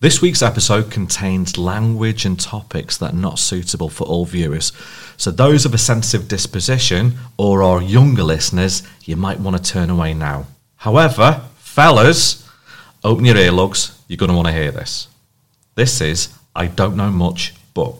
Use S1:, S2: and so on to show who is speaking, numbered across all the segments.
S1: This week's episode contains language and topics that are not suitable for all viewers. So, those of a sensitive disposition or our younger listeners, you might want to turn away now. However, fellas, open your earlugs, you're going to want to hear this. This is I Don't Know Much, but.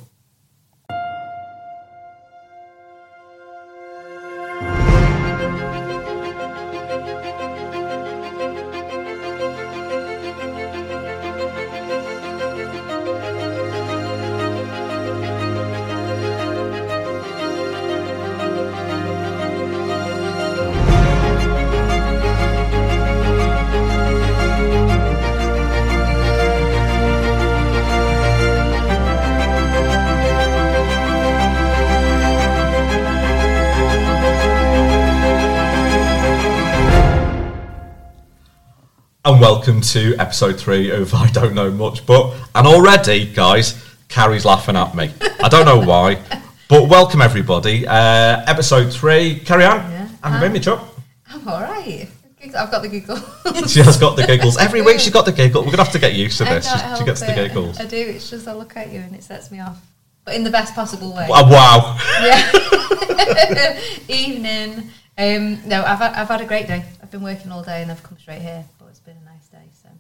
S1: And welcome to episode three of I Don't Know Much, but. And already, guys, Carrie's laughing at me. I don't know why, but welcome everybody. Uh, episode three, Carrie Ann,
S2: Yeah.
S1: and Mimmy Chuck.
S2: I'm all right. I've got the giggles.
S1: She has got the giggles. Every week she's got the giggle. We're going to have to get used to
S2: I
S1: this. She,
S2: can't
S1: she gets the
S2: help it.
S1: giggles.
S2: I do. It's just I look at you and it sets me off, but in the best possible way.
S1: Wow. wow.
S2: Yeah. Evening. Um, no, I've had, I've had a great day. I've been working all day and I've come straight here, but it's been a nice day. So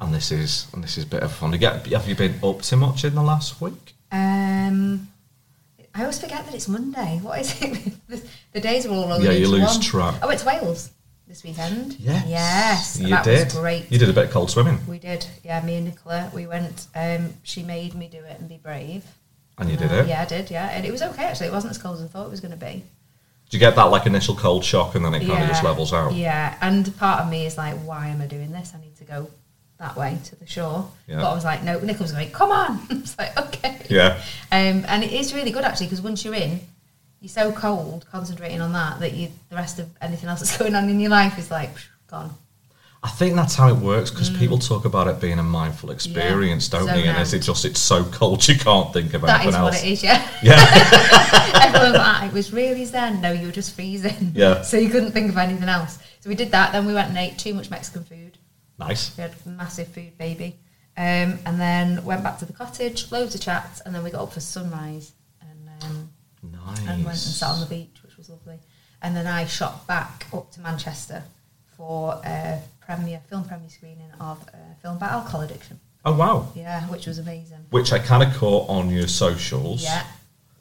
S1: And this is and this is a bit of fun. You get- Have you been up to much in the last week?
S2: um, I always forget that it's Monday. What is it? the, the days are all rolling.
S1: Yeah, you
S2: into
S1: lose
S2: one.
S1: track.
S2: I went to Wales this weekend.
S1: Yes.
S2: Yes.
S1: You
S2: that
S1: did.
S2: was great.
S1: You did a bit of cold swimming,
S2: We did, yeah. Me and Nicola, we went. Um, she made me do it and be brave.
S1: and you
S2: Uh,
S1: did it.
S2: Yeah, I did. Yeah, and it was okay actually. It wasn't as cold as I thought it was going to be.
S1: Do you get that like initial cold shock and then it kind
S2: yeah.
S1: of just levels out?
S2: Yeah, and part of me is like, why am I doing this? I need to go that way to the shore.
S1: Yeah.
S2: But I was like, no. Nicola was like, come on. I was like, okay.
S1: Yeah.
S2: Um, and it is really good actually because once you're in, you're so cold concentrating on that that you the rest of anything else that's going on in your life is like phew, gone.
S1: I think that's how it works because people
S2: Mm.
S1: talk about it being a mindful experience, don't
S2: zone
S1: they? And
S2: out.
S1: is it just it's so cold you can't think of
S2: That
S1: anything
S2: is
S1: else?
S2: what it is. Yeah.
S1: Yeah,
S2: Everyone like, "Ah, it was really zen. No, you were just freezing.
S1: Yeah.
S2: So you couldn't think of anything else. So we did that. Then we went and ate too much Mexican food.
S1: nice.
S2: We had a massive food baby. Um, and then went back to the cottage, loads of chats, and then we got up for sunrise and, um,
S1: Nice.
S2: and went and sat on the beach, which was lovely. And then I shot back up to Manchester for a premiere, film premiere screening of a film about alcohol addiction.
S1: oh wow!
S2: Yeah, which was amazing.
S1: Which I kind of caught on your socials.
S2: Yeah.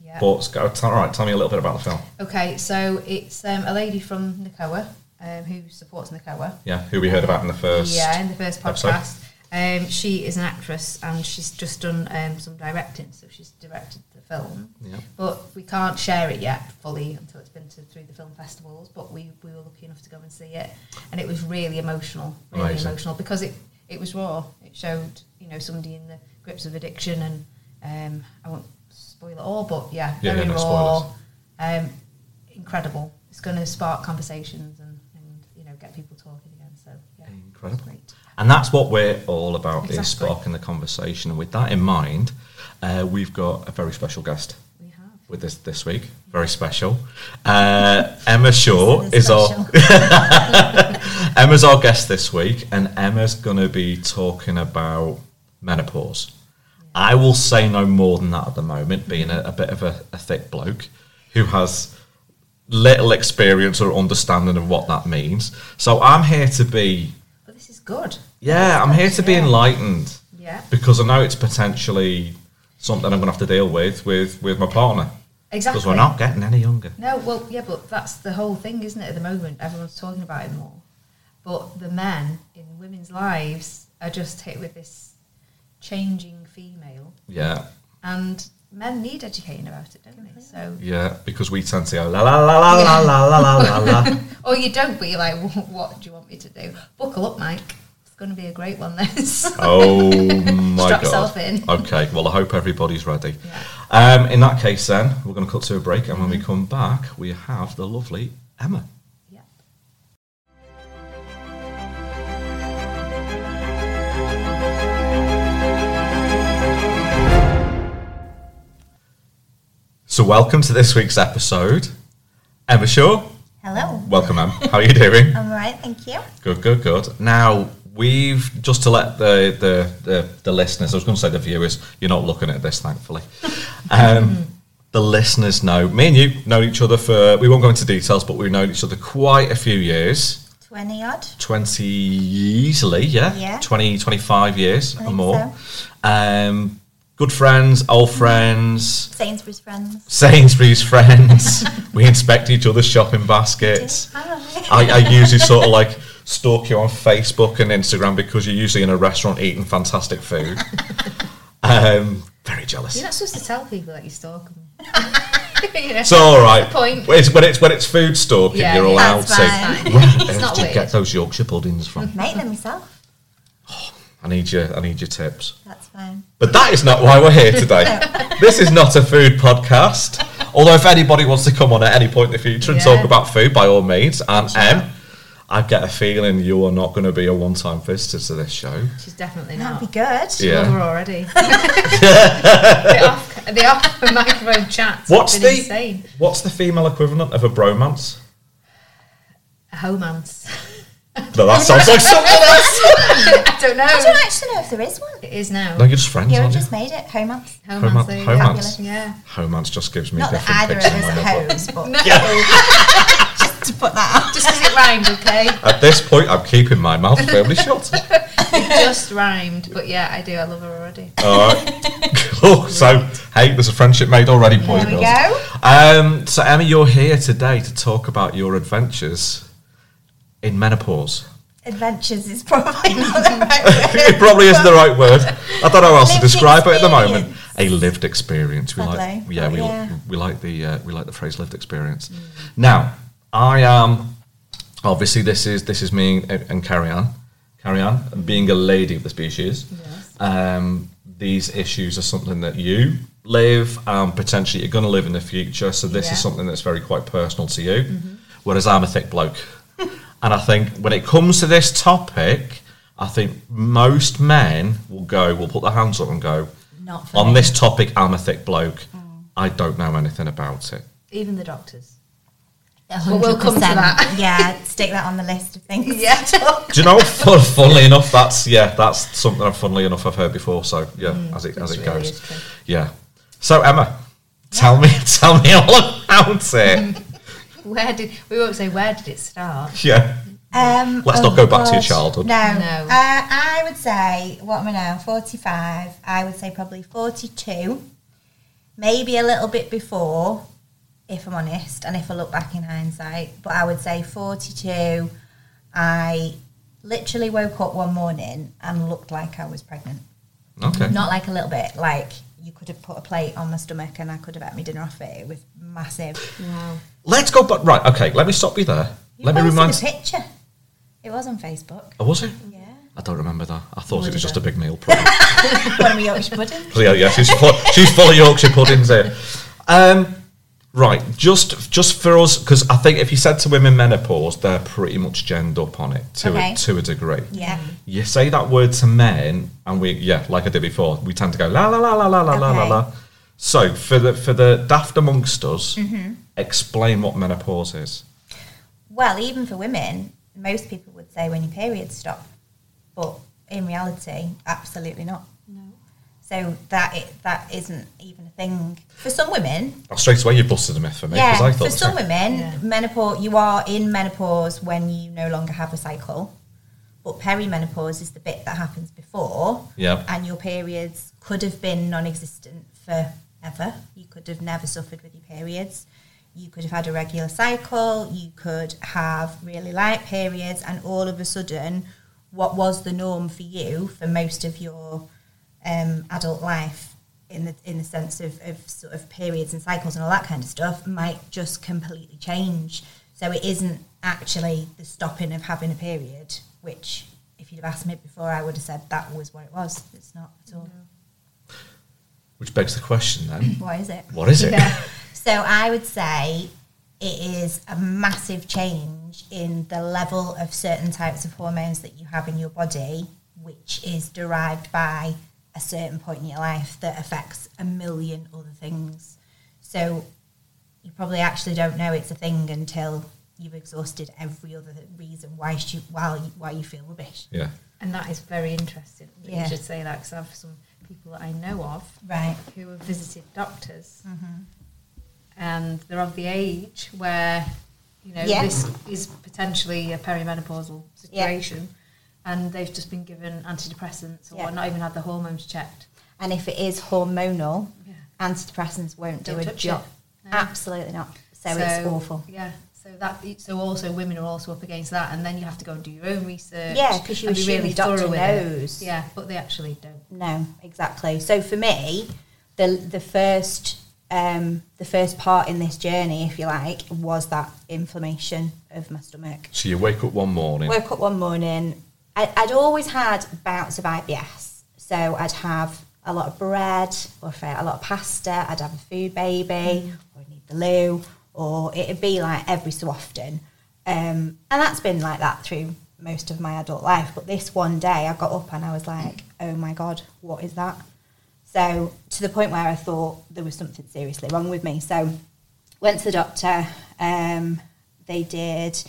S2: Yeah.
S1: But go- t- all right, tell me a little bit about the film.
S2: Okay, so it's um, a lady from Nakoa um, who supports Nakoa.
S1: Yeah, who we heard about in the first.
S2: Yeah, in the first
S1: episode.
S2: podcast. Um, she is an actress and she's just done um, some directing, so she's directed the film.
S1: Yeah.
S2: But we can't share it yet fully until it's been to, through the film festivals. But we, we were lucky enough to go and see it, and it was really emotional, really
S1: Amazing.
S2: emotional because it, it was raw. It showed you know somebody in the grips of addiction, and um, I won't spoil it all, but yeah,
S1: Yeah, yeah,
S2: very
S1: no
S2: raw, um, incredible. It's going to spark conversations and, and you know get people talking again. So yeah,
S1: Incredible.
S2: Great.
S1: And that's what we're all about is
S2: Exactly.
S1: sparking the conversation. And with that in mind, uh, we've got a very special guest
S2: We have.
S1: with us this week. Very special. Uh, Emma Shaw is our Emma's our guest this week, and Emma's going to be talking about menopause. I will say no more than that at the moment, being a, a bit of a, a thick bloke who has little experience or understanding of what that means. So I'm here to be,
S2: But this is good.
S1: yeah, I'm here to be
S2: Yeah.
S1: enlightened
S2: Yeah,
S1: because I know it's potentially something I'm going to have to deal with with, with my partner
S2: exactly.
S1: because we're not getting any younger.
S2: No, well, yeah, but that's the whole thing, isn't it? At the moment, everyone's talking about it more, but the men in women's lives are just hit with this changing female,
S1: Yeah,
S2: and men need educating about it, don't they? So,
S1: yeah, because we tend to go la la la la la la la la la.
S2: or you don't, but you're like, "Wha- what do you want me to do? Buckle up, Mike. It's going to be a great one. This.
S1: Oh my god.
S2: Strap yourself in.
S1: Okay, well, I hope everybody's ready.
S2: Yeah. Mm-hmm.
S1: Um, in that case, then, we're going to cut to a break, and when we come back, we have the lovely Emma.
S2: Yep.
S1: So, welcome to this week's episode. Emma Shaw,
S3: Hello.
S1: welcome, Em. How are you doing?
S3: I'm all right, thank you.
S1: Good, good, good. Now, We've just to let the the, the, the listeners. I was going to say the viewers. You're not looking at this, thankfully. Um,
S2: Mm-hmm.
S1: the listeners know. Me and you know each other for. We won't go into details, but we've known each other quite a few years.
S4: 20 odd.
S1: 20 easily, yeah,
S4: Yeah.
S1: 20, 25 years or
S4: think
S1: more. Um, good friends, old friends,
S4: Sainsbury's friends.
S1: Sainsbury's friends. we inspect each other's shopping baskets. I, I usually sort of like stalk you on Facebook and Instagram because you're usually in a restaurant eating fantastic food. um, very jealous.
S2: You're not supposed to tell people that you stalk them. you know,
S1: It's all right.
S2: the point.
S1: It's when it's when it's food stalking,
S2: Yeah,
S1: you're
S2: yeah.
S1: allowed
S4: That's
S1: to.
S4: fine.
S1: Where
S2: It's
S1: else
S2: not
S1: do you
S2: weird.
S1: get those Yorkshire puddings from?
S4: Make them yourself.
S1: I need your I need your tips.
S4: That's fine.
S1: But that is not why we're here today. this is not a food podcast. Although, if anybody wants to come on at any point in the future and
S2: Yeah.
S1: talk about food, by all means. And Em, I get a feeling you are not going to be a one-time visitor to this show.
S2: She's definitely
S4: That'd
S2: not.
S4: be good.
S1: Ah. Yeah.
S2: Love her already. the off, the off microphone chats.
S1: What's
S2: have
S1: the
S2: been insane?
S1: what's the female equivalent of a bromance?
S2: A homance.
S1: No, that sounds like something else.
S2: I don't know.
S4: I don't actually know if there is one.
S2: It is now.
S1: No, you're just friends,
S4: Yeah, we
S1: aren't you?
S4: just made it. Homance.
S1: Homan-
S2: there you go.
S1: homance.
S2: Yeah.
S1: Homance just gives me
S4: Not that
S1: different
S4: either of
S1: pictures.
S4: us are hoes, but
S2: No.
S4: just to put that out.
S2: Just because it rhymed, okay?
S1: At this point, I'm keeping my mouth firmly shut.
S2: It just rhymed. But yeah, I do. I love her already.
S1: All right. Cool. Oh, So, hey, there's a friendship made already, boys.
S4: There
S1: girls.
S4: we go.
S1: Um, so, Emma, you're here today to talk about your adventures in menopause.
S4: Adventures is probably not the right word.
S1: it probably isn't the right word. I don't know how else to
S4: Lived
S1: describe it at the moment. A lived experience. We like,
S4: Lovely.
S1: yeah, we,
S4: Yeah.
S1: we like the uh, we like the phrase lived experience. Now, I am obviously this is this is me and, and Carrie Ann. Carrie Ann, being a lady of the species, um, these issues are something that you live and potentially you're going to live in the future. So this
S2: Yeah.
S1: is something that's very quite personal to you. Whereas I'm a thick bloke, and I think when it comes to this topic, I think most men will go, will put their hands up and go,
S4: Not for
S1: on
S4: me.
S1: this topic, I'm a thick bloke. I don't know anything about it.
S2: Even the doctors.
S4: But
S2: we'll come to that.
S4: Yeah, stick that on the list of things.
S2: Yeah.
S1: Do you know? fun, funnily enough, that's yeah, that's something. I've Funnily enough, I've heard before. So yeah, as it as
S2: that's
S1: it
S2: really
S1: goes,
S2: interesting.
S1: yeah. So Emma, tell me, tell me all about it.
S2: Where did we won't say where did it start?
S1: yeah,
S4: Um,
S1: Let's not go back to your childhood.
S4: No.
S2: No.
S4: Uh, I would say, what am I now? 45. I would say probably 42. Maybe a little bit before, if I'm honest, and if I look back in hindsight. But I would say 42. I literally woke up one morning and looked like I was pregnant.
S1: okay.
S4: Not like a little bit, like you could have put a plate on my stomach and I could have had my dinner off it. It was massive.
S2: Wow.
S1: Let's go back. Right, okay. Let me stop you there.
S4: You
S1: let me
S4: posted
S1: remind.
S4: the picture. It was on Facebook.
S1: Oh, was it?
S4: Yeah.
S1: I don't remember that. I thought it
S2: Would
S1: was just a
S2: have.
S1: big meal. Probably.
S4: One of my Yorkshire pudding.
S1: So, yeah, yeah, she's full, she's full of Yorkshire puddings here. Um, right, just just for us, because I think if you said to women menopause, they're pretty much genned up on it to
S4: Okay.
S1: a, to a degree.
S4: Yeah.
S1: You say that word to men, and we yeah, like I did before, we tend to go la la la la la la la la
S4: Okay.
S1: la. So for the for the daft amongst us,
S4: Mm-hmm.
S1: explain what menopause is.
S4: Well, even for women, most people would say when your periods stop, but in reality, absolutely not.
S2: No.
S4: So that it, that isn't even a thing for some women.
S1: Oh, straight away, you busted a myth for me because
S4: yeah,
S1: I thought
S4: for some
S1: so.
S4: women,
S2: Yeah.
S4: menopause you are in menopause when you no longer have a cycle, but perimenopause is the bit that happens before,
S1: Yeah.
S4: and your periods could have been non-existent forever. You could have never suffered with your periods. You could have had a regular cycle. You could have really light periods, and all of a sudden, what was the norm for you for most of your um, adult life, in the in the sense of, of sort of periods and cycles and all that kind of stuff, might just completely change. So it isn't actually the stopping of having a period, which if you'd have asked me before, I would have said that was what it was. It's not at all.
S1: Which begs the question then,
S4: What is it?
S1: what is it?
S2: Yeah.
S4: So I would say it is a massive change in the level of certain types of hormones that you have in your body, which is derived by a certain point in your life that affects a million other things. So you probably actually don't know it's a thing until you've exhausted every other reason why you, why you, why you feel rubbish
S1: yeah.
S2: And that is very interesting. that
S4: Yeah.
S2: You should say that because I have some people that I know of
S4: Right.
S2: who have visited doctors, and they're of the age where you know
S4: Yeah.
S2: this is potentially a perimenopausal situation, and they've just been given antidepressants or
S4: Yeah.
S2: not even had the hormones checked.
S4: And if it is hormonal,
S2: Yeah.
S4: antidepressants won't do
S2: Don't
S4: a
S2: touch
S4: job.
S2: it. No.
S4: Absolutely not. So, it's awful.
S2: Yeah. So that so also women are also up against that, and then you have to go and do your own research.
S4: Yeah, because you
S2: and be
S4: assume the doctor
S2: it.
S4: knows.
S2: Yeah, but they actually don't.
S4: No, exactly. So for me, the the first um, the first part in this journey, if you like, was that inflammation of my stomach.
S1: So you wake up one morning.
S4: Woke up one morning. I, I'd always had bouts of IBS, so I'd have a lot of bread, or if I ate a lot of pasta, I'd have a food baby, or I'd need the loo, or it'd be like every so often. Um, and that's been like that through most of my adult life. But this one day, I got up and I was like, "Oh my god, what is that?" So to the point where I thought there was something seriously wrong with me. So went to the doctor. Um, they did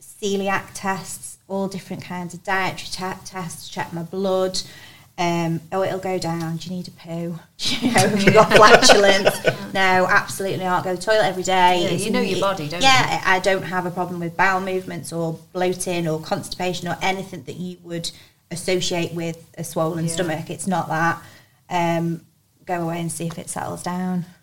S4: celiac tests, all different kinds of dietary ta- tests, check my blood. Um, oh, it'll go down. Do you need a poo? Do you know, have you got flatulence? no, absolutely not. Go to the toilet every day.
S2: Yeah, you know your body, don't you?
S4: yeah, I I don't have a problem with bowel movements or bloating or constipation or anything that you would associate with a swollen
S2: Yeah.
S4: stomach. It's not that. Um, go away and see if it settles down.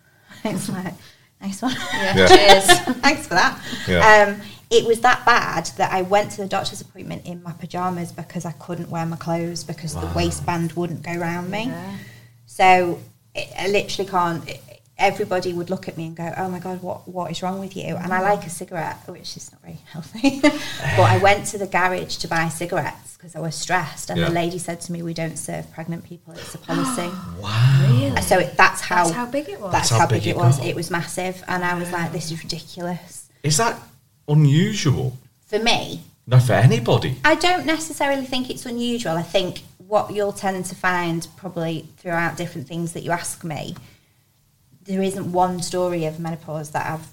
S4: It's like, nice one.
S1: Yeah.
S4: Cheers. Thanks for that.
S1: Yeah.
S4: Um, it was that bad that I went to the doctor's appointment in my pajamas because I couldn't wear my clothes because the
S1: Wow.
S4: waistband wouldn't go round me.
S2: Yeah.
S4: So it, I literally can't. it- everybody would look at me and go, "Oh my god, what what is wrong with you?" And I like a cigarette, which is not very healthy. but I went to the garage to buy cigarettes because I was stressed, and the
S1: Yeah.
S4: lady said to me, "We don't serve pregnant people; it's a policy."
S1: wow.
S2: Really?
S4: so it, that's how
S2: That's how big it was.
S4: that's
S1: That's how
S4: how big,
S1: big
S4: it
S1: it
S4: was.
S1: got.
S4: It was massive, and I was like, "This is ridiculous."
S1: Is that unusual?
S4: For me,
S1: Not for anybody.
S4: I don't necessarily think it's unusual. I think what you'll tend to find probably throughout different things that you ask me, there isn't one story of menopause that I've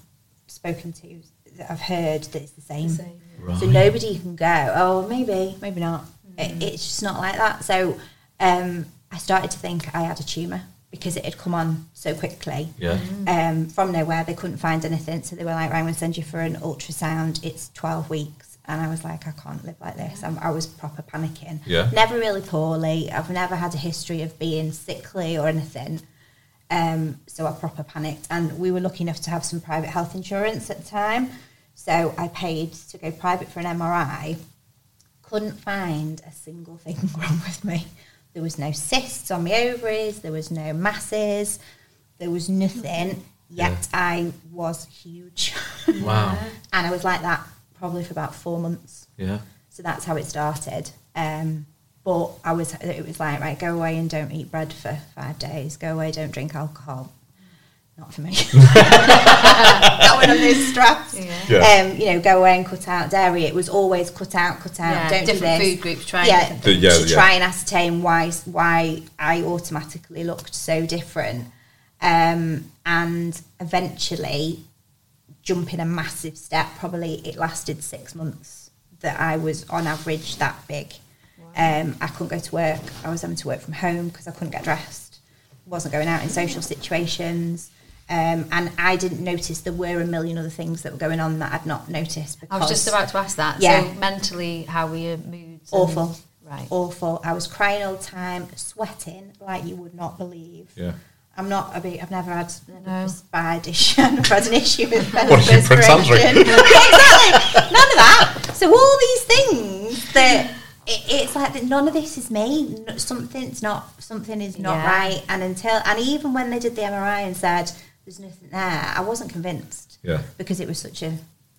S4: spoken to that I've heard that is the same.
S2: Same.
S4: So nobody can go, oh, maybe, maybe not. It, it's just not like that. So um, I started to think I had a tumour because it had come on so quickly
S1: Yeah.
S4: um, from nowhere. They couldn't find anything, so they were like, "Right, I'm going to send you for an ultrasound. It's 12 weeks." And I was like, "I can't live like this." I'm, I was proper panicking.
S1: Yeah.
S4: Never really poorly. I've never had a history of being sickly or anything. Um, so I proper panicked, and we were lucky enough to have some private health insurance at the time. So I paid to go private for an MRI. Couldn't find a single thing wrong with me. There was no cysts on my ovaries. There was no masses. There was nothing. Yet I was huge, and
S1: Wow.
S4: I was like that probably for about four months.
S1: Yeah.
S4: So that's how it started. Um, but I was, it was like, right, go away and don't eat bread for five days. Go away, don't drink alcohol. Not for me. Not when I'm this stressed.
S2: Yeah.
S1: Yeah.
S4: Um, you know, go away and cut out dairy. It was always cut out, cut out.
S2: Yeah,
S4: don't
S2: different
S4: do this.
S2: food groups trying
S4: Yeah,
S2: different
S1: things. Yeah,
S4: to
S1: yeah.
S4: try and ascertain why why I automatically looked so different. Um, and eventually, jumping a massive step, probably it lasted six months that I was on average that big. Um, I couldn't go to work. I was having to work from home because I couldn't get dressed. wasn't going out in social situations. Um, and I didn't notice there were a million other things that were going on that I'd not noticed. Because
S2: I was just about to ask that.
S4: Yeah.
S2: So mentally, how were your moods? and-
S4: Awful.
S2: Right.
S4: awful. I was crying all the time, sweating like you would not believe.
S1: Yeah.
S4: I'm not a big, I've never had
S2: No.
S4: a bad issue. I've never had an issue with
S1: What if you
S4: menopause.
S1: Prince Andrew?
S4: correction. Yeah, exactly. None of that. So all these things that it, it's like that none of this is me. N- Something's not something is not
S2: Yeah.
S4: right. And until and even when they did the MRI and said there's nothing there, I wasn't convinced
S1: Yeah.
S4: because it was such a,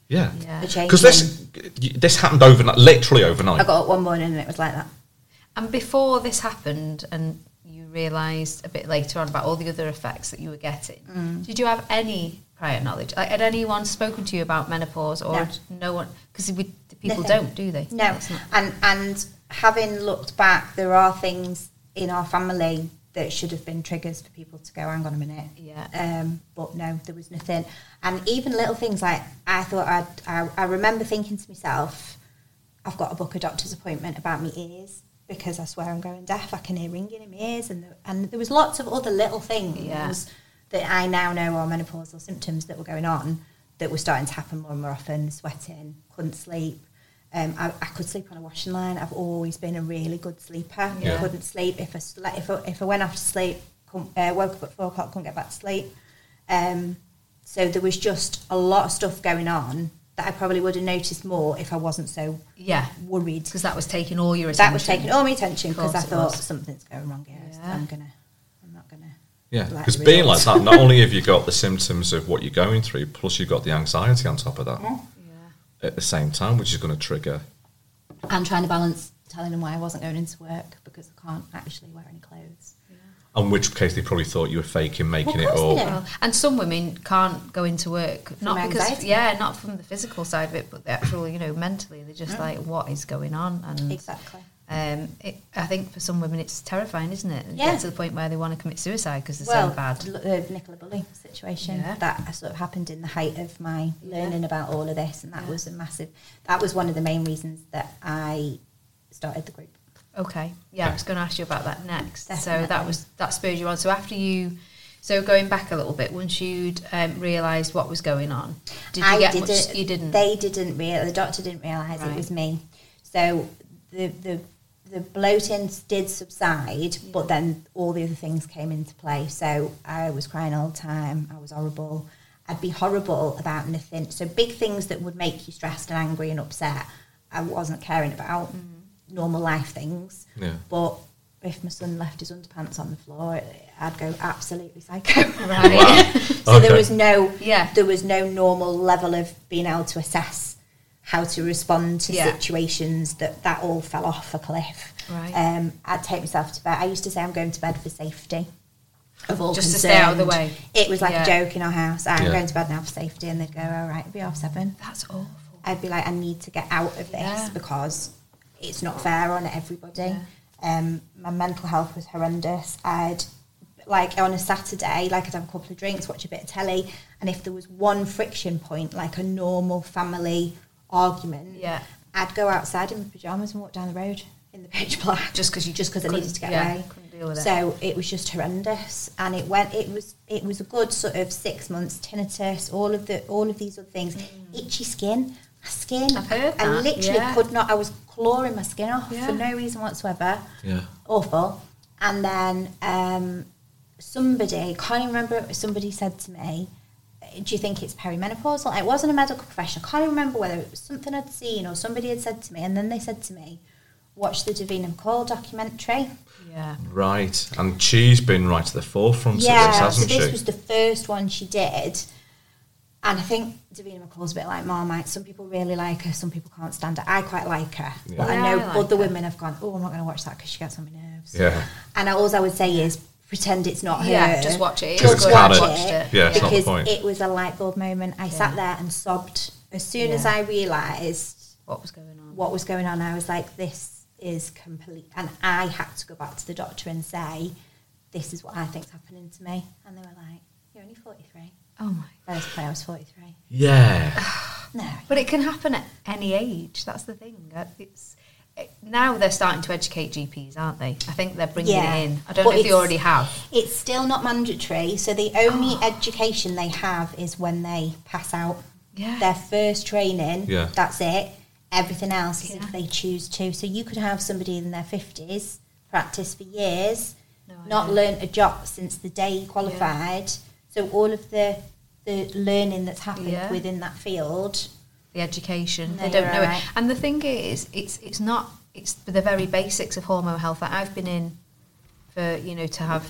S1: Yeah.
S4: a
S2: Yeah.
S4: change.
S1: Because this this happened overnight, literally
S4: I
S1: overnight.
S4: got up one morning and it was like that.
S2: And before this happened, and you realised a bit later on about all the other effects that you were getting,
S4: Mm.
S2: did you have any prior knowledge? Like, had anyone spoken to you about menopause, or
S4: No.
S2: no, one? Because people
S4: Nothing.
S2: don't, do they?
S4: No,
S2: It's not-
S4: and and having looked back, there are things in our family that should have been triggers for people to go, hang on a minute.
S2: Yeah.
S4: Um, but no, there was nothing, and even little things like I thought I'd, I I remember thinking to myself, I've got to book a doctor's appointment about my ears because I swear I'm going deaf. I can hear ringing in my ears, and the, and there was lots of other little things
S2: Yeah.
S4: that I now know are menopausal symptoms that were going on that were starting to happen more and more often. Sweating, couldn't sleep. Um, I, I could sleep on a washing line. I've always been a really good sleeper.
S1: Yeah.
S4: Couldn't sleep if I sl- if I, if I went off to sleep, come, uh, woke up at four o'clock, couldn't get back to sleep. Um, so there was just a lot of stuff going on that I probably would have noticed more if I wasn't so
S2: Yeah,
S4: worried
S2: because that was taking all your attention.
S4: that was taking all my attention
S2: Of course
S4: because I
S2: it
S4: thought
S2: was.
S4: something's going wrong here. so
S2: Yeah.
S4: I'm gonna, I'm not gonna.
S1: Yeah,
S4: Like
S1: because
S4: the
S1: being like
S4: results.
S1: that, not only have you got the symptoms of what you're going through, plus you've got the anxiety on top of that
S2: Yeah.
S1: at the same time, which is going to trigger.
S4: I'm trying to balance telling them why I wasn't going into work because I can't actually wear any clothes.
S1: In which case, they probably thought you were faking, making
S4: course
S1: it
S4: they
S1: all.
S4: do.
S2: Well, and some women can't go into work not because
S4: anxiety.
S2: yeah, not from the physical side of it, but the actual you know mentally they're just like what is going on and
S4: Exactly.
S2: um, it, I think for some women it's terrifying, isn't it? And
S4: Yeah.
S2: get to the point where they want to commit suicide because they're
S4: well,
S2: so bad.
S4: l- The Nicola Bully situation
S2: Yeah.
S4: that sort of happened in the height of my
S2: Yeah.
S4: learning about all of this, and that
S2: Yeah.
S4: was a massive. That was one of the main reasons that I started the group.
S2: Okay, yeah, I was going to ask you about that next. So that
S4: Definitely.
S2: was that spurred you on. So after you, so going back a little bit, once you'd um, realised what was going on, did you
S4: I
S2: get
S4: didn't,
S2: much? You didn't.
S4: They didn't real. The doctor didn't realise
S2: Right.
S4: it was me. So the the the bloating did subside, but then all the other things came into play. So I was crying all the time. I was horrible. I'd be horrible about nothing. So big things that would make you stressed and angry and upset, I wasn't caring about.
S2: Mm-hmm.
S4: Normal life things,
S1: Yeah.
S4: but. If my son left his underpants on the floor, I'd go absolutely psycho.
S2: Right.
S4: So
S1: Okay.
S4: there was no
S2: Yeah.
S4: there was no normal level of being able to assess how to respond to
S2: Yeah.
S4: situations that that all fell off a cliff.
S2: Right.
S4: Um, I'd take myself to bed. I used to say I'm going to bed for safety. Of all
S2: Just to stay out of the
S4: concerned.
S2: way.
S4: It was like
S2: Yeah.
S4: a joke in our house. I'm
S1: Yeah.
S4: going to bed now for safety, and they'd go, "All right, it'll be half seven.
S2: That's awful.
S4: I'd be like, I need to get out of this
S2: Yeah.
S4: because it's not fair on everybody.
S2: Yeah.
S4: Um, my mental health was horrendous. I'd like on a Saturday, like I'd have a couple of drinks, watch a bit of telly, and if there was one friction point, like a normal family argument,
S2: Yeah.
S4: I'd go outside in my pajamas and walk down the road in the pitch black
S2: Just 'cause you
S4: just because I
S2: couldn't-
S4: needed to get
S2: yeah,
S4: away.
S2: couldn't deal with it.
S4: So it was just horrendous, and it went. It was it was a good sort of six months tinnitus, all of the all of these other things, itchy skin, my skin.
S2: Mm. I've heard
S4: I
S2: that,
S4: literally
S2: yeah.
S4: could not. I was clawing my skin off
S2: Yeah.
S4: for no reason whatsoever.
S1: Yeah.
S4: Awful. And then um, somebody can't even remember. it was Somebody said to me. Do you think it's perimenopausal? It wasn't a medical professional. I can't even remember whether it was something I'd seen or somebody had said to me. And then they said to me, "Watch the Davina McCall documentary."
S2: Yeah.
S1: Right. And she's been right at the forefront of this,
S4: Yeah, so
S1: hasn't
S4: this
S1: she?
S4: was the first one she did. And I think Davina McCall's a bit like Marmite. Some people really like her, some people can't stand her. I quite like her. But I
S2: Yeah,
S4: know
S2: I like her.
S4: other women have gone, oh, I'm not going to watch that because she gets on my nerves.
S1: yeah.
S4: And I, all I would say is pretend it's not her.
S2: Yeah, just watch it. It's
S4: Just
S1: good.
S4: watch
S1: It's
S4: it.
S1: canon. Yeah, it's not the
S4: because
S1: point.
S4: it was a light bulb moment. I
S2: Yeah.
S4: sat there and sobbed. As soon as
S2: Yeah.
S4: I realised
S2: What was going on?
S4: what was going on, I was like, this is complete. And I had to go back to the doctor and say, this is what I think's happening to me. And they were like, you're only 43.
S2: Oh my.
S4: First play, I was 43.
S1: Yeah.
S4: No.
S2: But it can happen at any age. That's the thing. Uh, It's it, now they're starting to educate GPs, aren't they? I think they're bringing
S4: Yeah.
S2: it in. I don't
S4: But
S2: know if they
S4: it's-
S2: already have.
S4: It's still not mandatory. So the only education they have is when they pass out.
S2: Yeah.
S4: Their first training,
S1: Yeah.
S4: that's it. Everything else is
S2: Yeah.
S4: if they choose to. So you could have somebody in their 50s practice for years,
S2: No
S4: not
S2: idea.
S4: learnt a jot since the day you qualified. So all of the the learning that's happened
S2: Yeah.
S4: within that field.
S2: the education.
S4: No,
S2: they don't
S4: you're
S2: know
S4: right.
S2: it. And the thing is, it's it's not it's the very basics of hormone health that I've been in for you know to have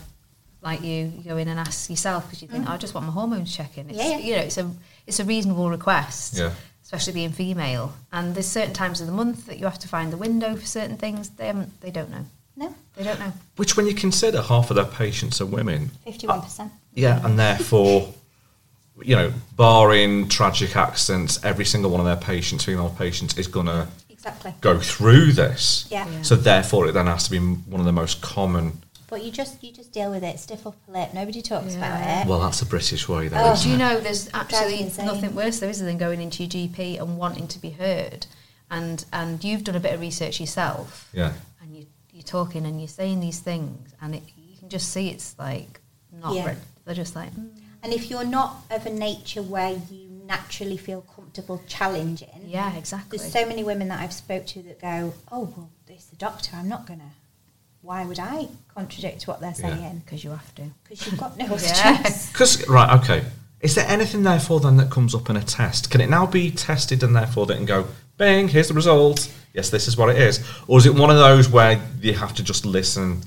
S2: like you, you go in and ask yourself because you think I just want my hormones checking. It's,
S4: Mm. Yeah, yeah.
S2: you know, it's a it's a reasonable request.
S1: Yeah.
S2: Especially being female, and there's certain times of the month that you have to find the window for certain things. They haven't, they don't know.
S4: No,
S2: They don't know.
S1: Which, when you consider half of their patients are women,
S4: 51%.
S1: yeah, and therefore, you know, barring tragic accidents, every single one of their patients, female patients, is going to
S4: Exactly.
S1: go through this.
S4: Yeah.
S2: Yeah.
S1: So therefore, it then has to be m- one of the most common.
S4: But you just you just deal with it, stiff upper lip. Nobody talks
S2: Yeah.
S4: about it.
S1: Well, that's the British way, though.
S4: Oh.
S1: isn't
S2: Do you
S1: it?
S2: know there's
S4: me
S2: absolutely
S4: insane.
S2: nothing worse though, is there, than going into your GP and wanting to be heard and and you've done a bit of research yourself,
S1: Yeah.
S2: and you you're talking and you're saying these things, and it, you can just see it's like not.
S4: Yeah.
S2: re- they're just like mm,
S4: And if you're not of a nature where you naturally feel comfortable challenging,
S2: yeah, exactly.
S4: there's so many women that I've spoke to that go, "Oh well, it's the doctor. I'm not gonna. Why would I contradict what they're
S1: Yeah.
S4: saying?
S2: Because you have to.
S4: Because you've got no
S2: Yeah.
S4: choice."
S1: Because right, okay. Is there anything therefore then that comes up in a test? Can it now be tested and therefore they can go, bang, here's the result. Yes, this is what it is. Or is it one of those where you have to just listen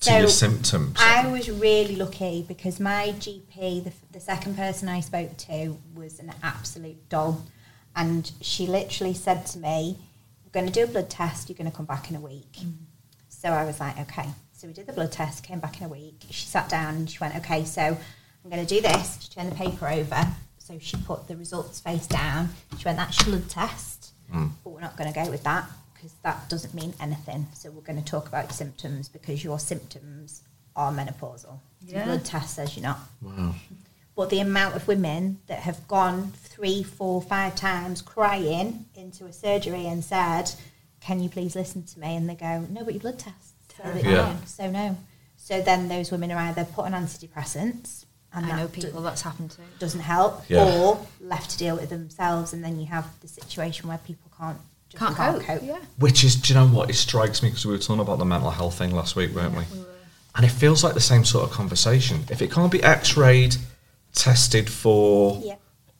S1: to
S4: So,
S1: your symptoms?
S4: I was really lucky because my GP, the, f- the second person I spoke to, was an absolute doll. And she literally said to me, We're going to do a blood test, you're going to come back in a week. So I was like, Okay. So we did the blood test, came back in a week. She sat down and she went, Okay, so I'm going to do this. She turned the paper over. So she put the results face down. She went, That's your blood test, but we're not going to go with that. Because that doesn't mean anything. So we're going to talk about your symptoms because your symptoms are menopausal.
S2: Yeah.
S4: The blood test says you're not.
S1: wow.
S4: But the amount of women that have gone three, four, five times crying into a surgery and said, Can you please listen to me? And they go, No, but your blood test. says it's
S1: Yeah.
S4: wrong, So no. So then those women are either put on antidepressants and
S2: I know
S4: that do-
S2: people that's happened to.
S4: doesn't help
S1: Yeah.
S4: or left to deal with themselves and then you have the situation where people can't just
S2: Can't, cope. Yeah.
S1: Which is, do you know what? It strikes me because we were talking about the mental health thing last week, weren't we?
S2: We were-
S1: And it feels like the same sort of conversation. If it can't be X-rayed, tested for,
S4: Yeah.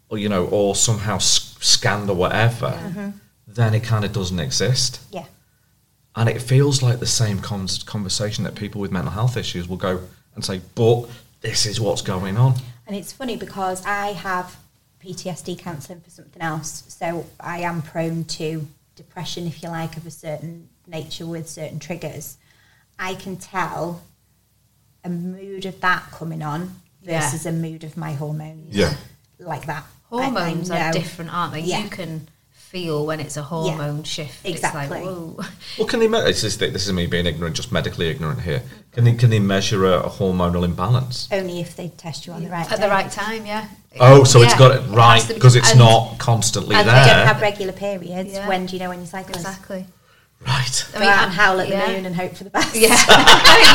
S1: or you know, or somehow s- scanned or whatever, then it kind of doesn't exist.
S4: Yeah.
S1: And it feels like the same con- conversation that people with mental health issues will go and say, but this is what's going on.
S4: And it's funny because I have PTSD counselling for something else. So I am prone to depression, if you like, of a certain nature with certain triggers. I can tell a mood of that coming on
S2: Yeah.
S4: versus a mood of my hormones.
S1: Yeah.
S4: Like that. I- I
S2: Hormones are
S4: know.
S2: different, aren't they?
S4: Yeah.
S2: You can feel when it's a hormone shift. It's
S4: Exactly.
S2: like, whoa.
S1: Well, can they? Me- this, is, this is me being ignorant, just medically ignorant here. Can they? Can they measure a, a hormonal imbalance?
S4: Only if they test you on the right
S2: At the
S4: day.
S2: right time, yeah.
S1: Oh, so it's
S2: Yeah.
S1: got it
S2: has
S1: right
S2: to be-
S1: because it's
S2: and-
S1: not constantly
S4: And
S1: there.
S4: if you don't have regular periods,
S2: Yeah.
S4: when do you know when your cycle is?
S2: Exactly.
S1: right.
S4: Go out and howl at the
S2: yeah.
S4: moon and hope for the best.
S2: Yeah,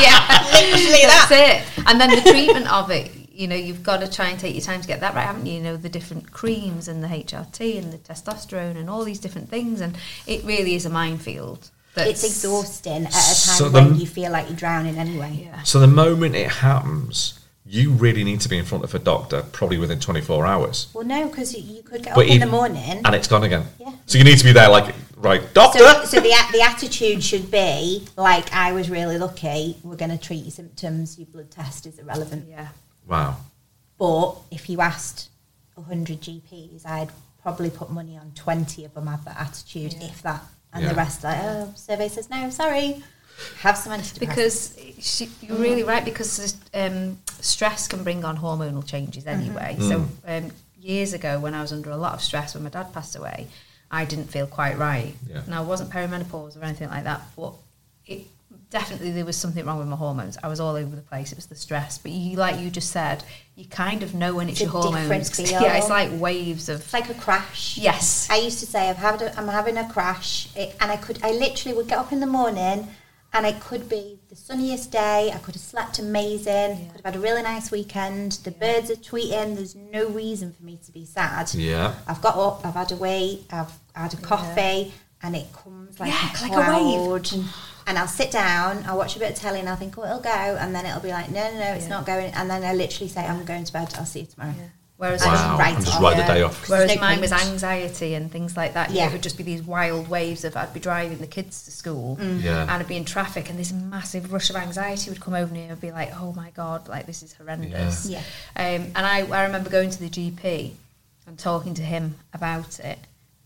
S2: yeah,
S4: Literally
S2: that's it. And then the treatment of it, you know, you've got to try and take your time to get that right, haven't you? You know, the different creams and the HRT and the testosterone and all these different things, and it really is a minefield.
S4: It's exhausting at a time
S1: So
S4: when
S1: the-
S4: you feel like you're drowning anyway.
S2: Yeah,
S1: So the moment it happens, you really need to be in front of a doctor, probably within 24 hours,
S4: Well, no, because you could get
S1: But
S4: up in the
S1: if-
S4: morning.
S1: and it's gone again.
S4: Yeah.
S1: So you need to be there, like right, doctor.
S4: So, so the a- the attitude should be like, I was really lucky. We're going to treat your symptoms. Your blood test is irrelevant.
S2: yeah,
S1: wow.
S4: But if you asked hundred GPs, I'd probably put money on twenty of them have that attitude,
S2: Yeah.
S4: if that, and
S1: Yeah.
S4: the rest like, oh, survey says no, sorry, have some antidepressants.
S2: because she, you're really right because um, stress can bring on hormonal changes
S4: Mm-hmm.
S2: anyway.
S1: Mm.
S2: So um, years ago, when I was under a lot of stress when my dad passed away, I didn't feel quite right.
S1: Yeah.
S2: Now I wasn't perimenopause or anything like that, but it definitely there was something wrong with my hormones. I was all over the place. It was the stress, but you like you just said, you kind of know when it's,
S4: It's a
S2: your hormones.
S4: different
S2: yeah, it's
S4: feel.
S2: like waves of
S4: it's like a crash.
S2: yes.
S4: I used to say I've had a, I'm having a crash, it, and I could I literally would get up in the morning, and it could be the sunniest day. I could have slept amazing.
S2: Yeah.
S4: Could have had a really nice weekend. The
S2: Yeah.
S4: birds are tweeting. There's no reason for me to be sad.
S1: Yeah.
S4: I've got up. I've had a wee. I've had a coffee, and it comes like
S2: Yeah,
S4: a
S2: like a wave. Mm.
S4: cloud. and I'll sit down. I'll watch a bit of telly, and I'll think, oh, it'll go. And then it'll be like, no, no, no, it's
S2: Yeah.
S4: not going. And then I literally say, I'm going to bed. I'll see you tomorrow.
S2: Yeah. Whereas
S4: I
S2: I-
S4: just
S1: Wow.
S4: write
S1: And just
S4: it
S1: write
S4: off.
S1: the day off.
S2: Whereas
S4: no
S2: mine was
S4: point.
S2: anxiety and things like that. Yeah.
S4: Yeah.
S2: It would just be these wild waves of I'd be driving the kids to school
S4: Mm.
S1: Yeah.
S2: and I'd be in traffic and this massive rush of anxiety would come over me and I'd be like, oh my God, like this is horrendous.
S4: Yeah.
S2: Um, and I, I remember going to the GP and talking to him about it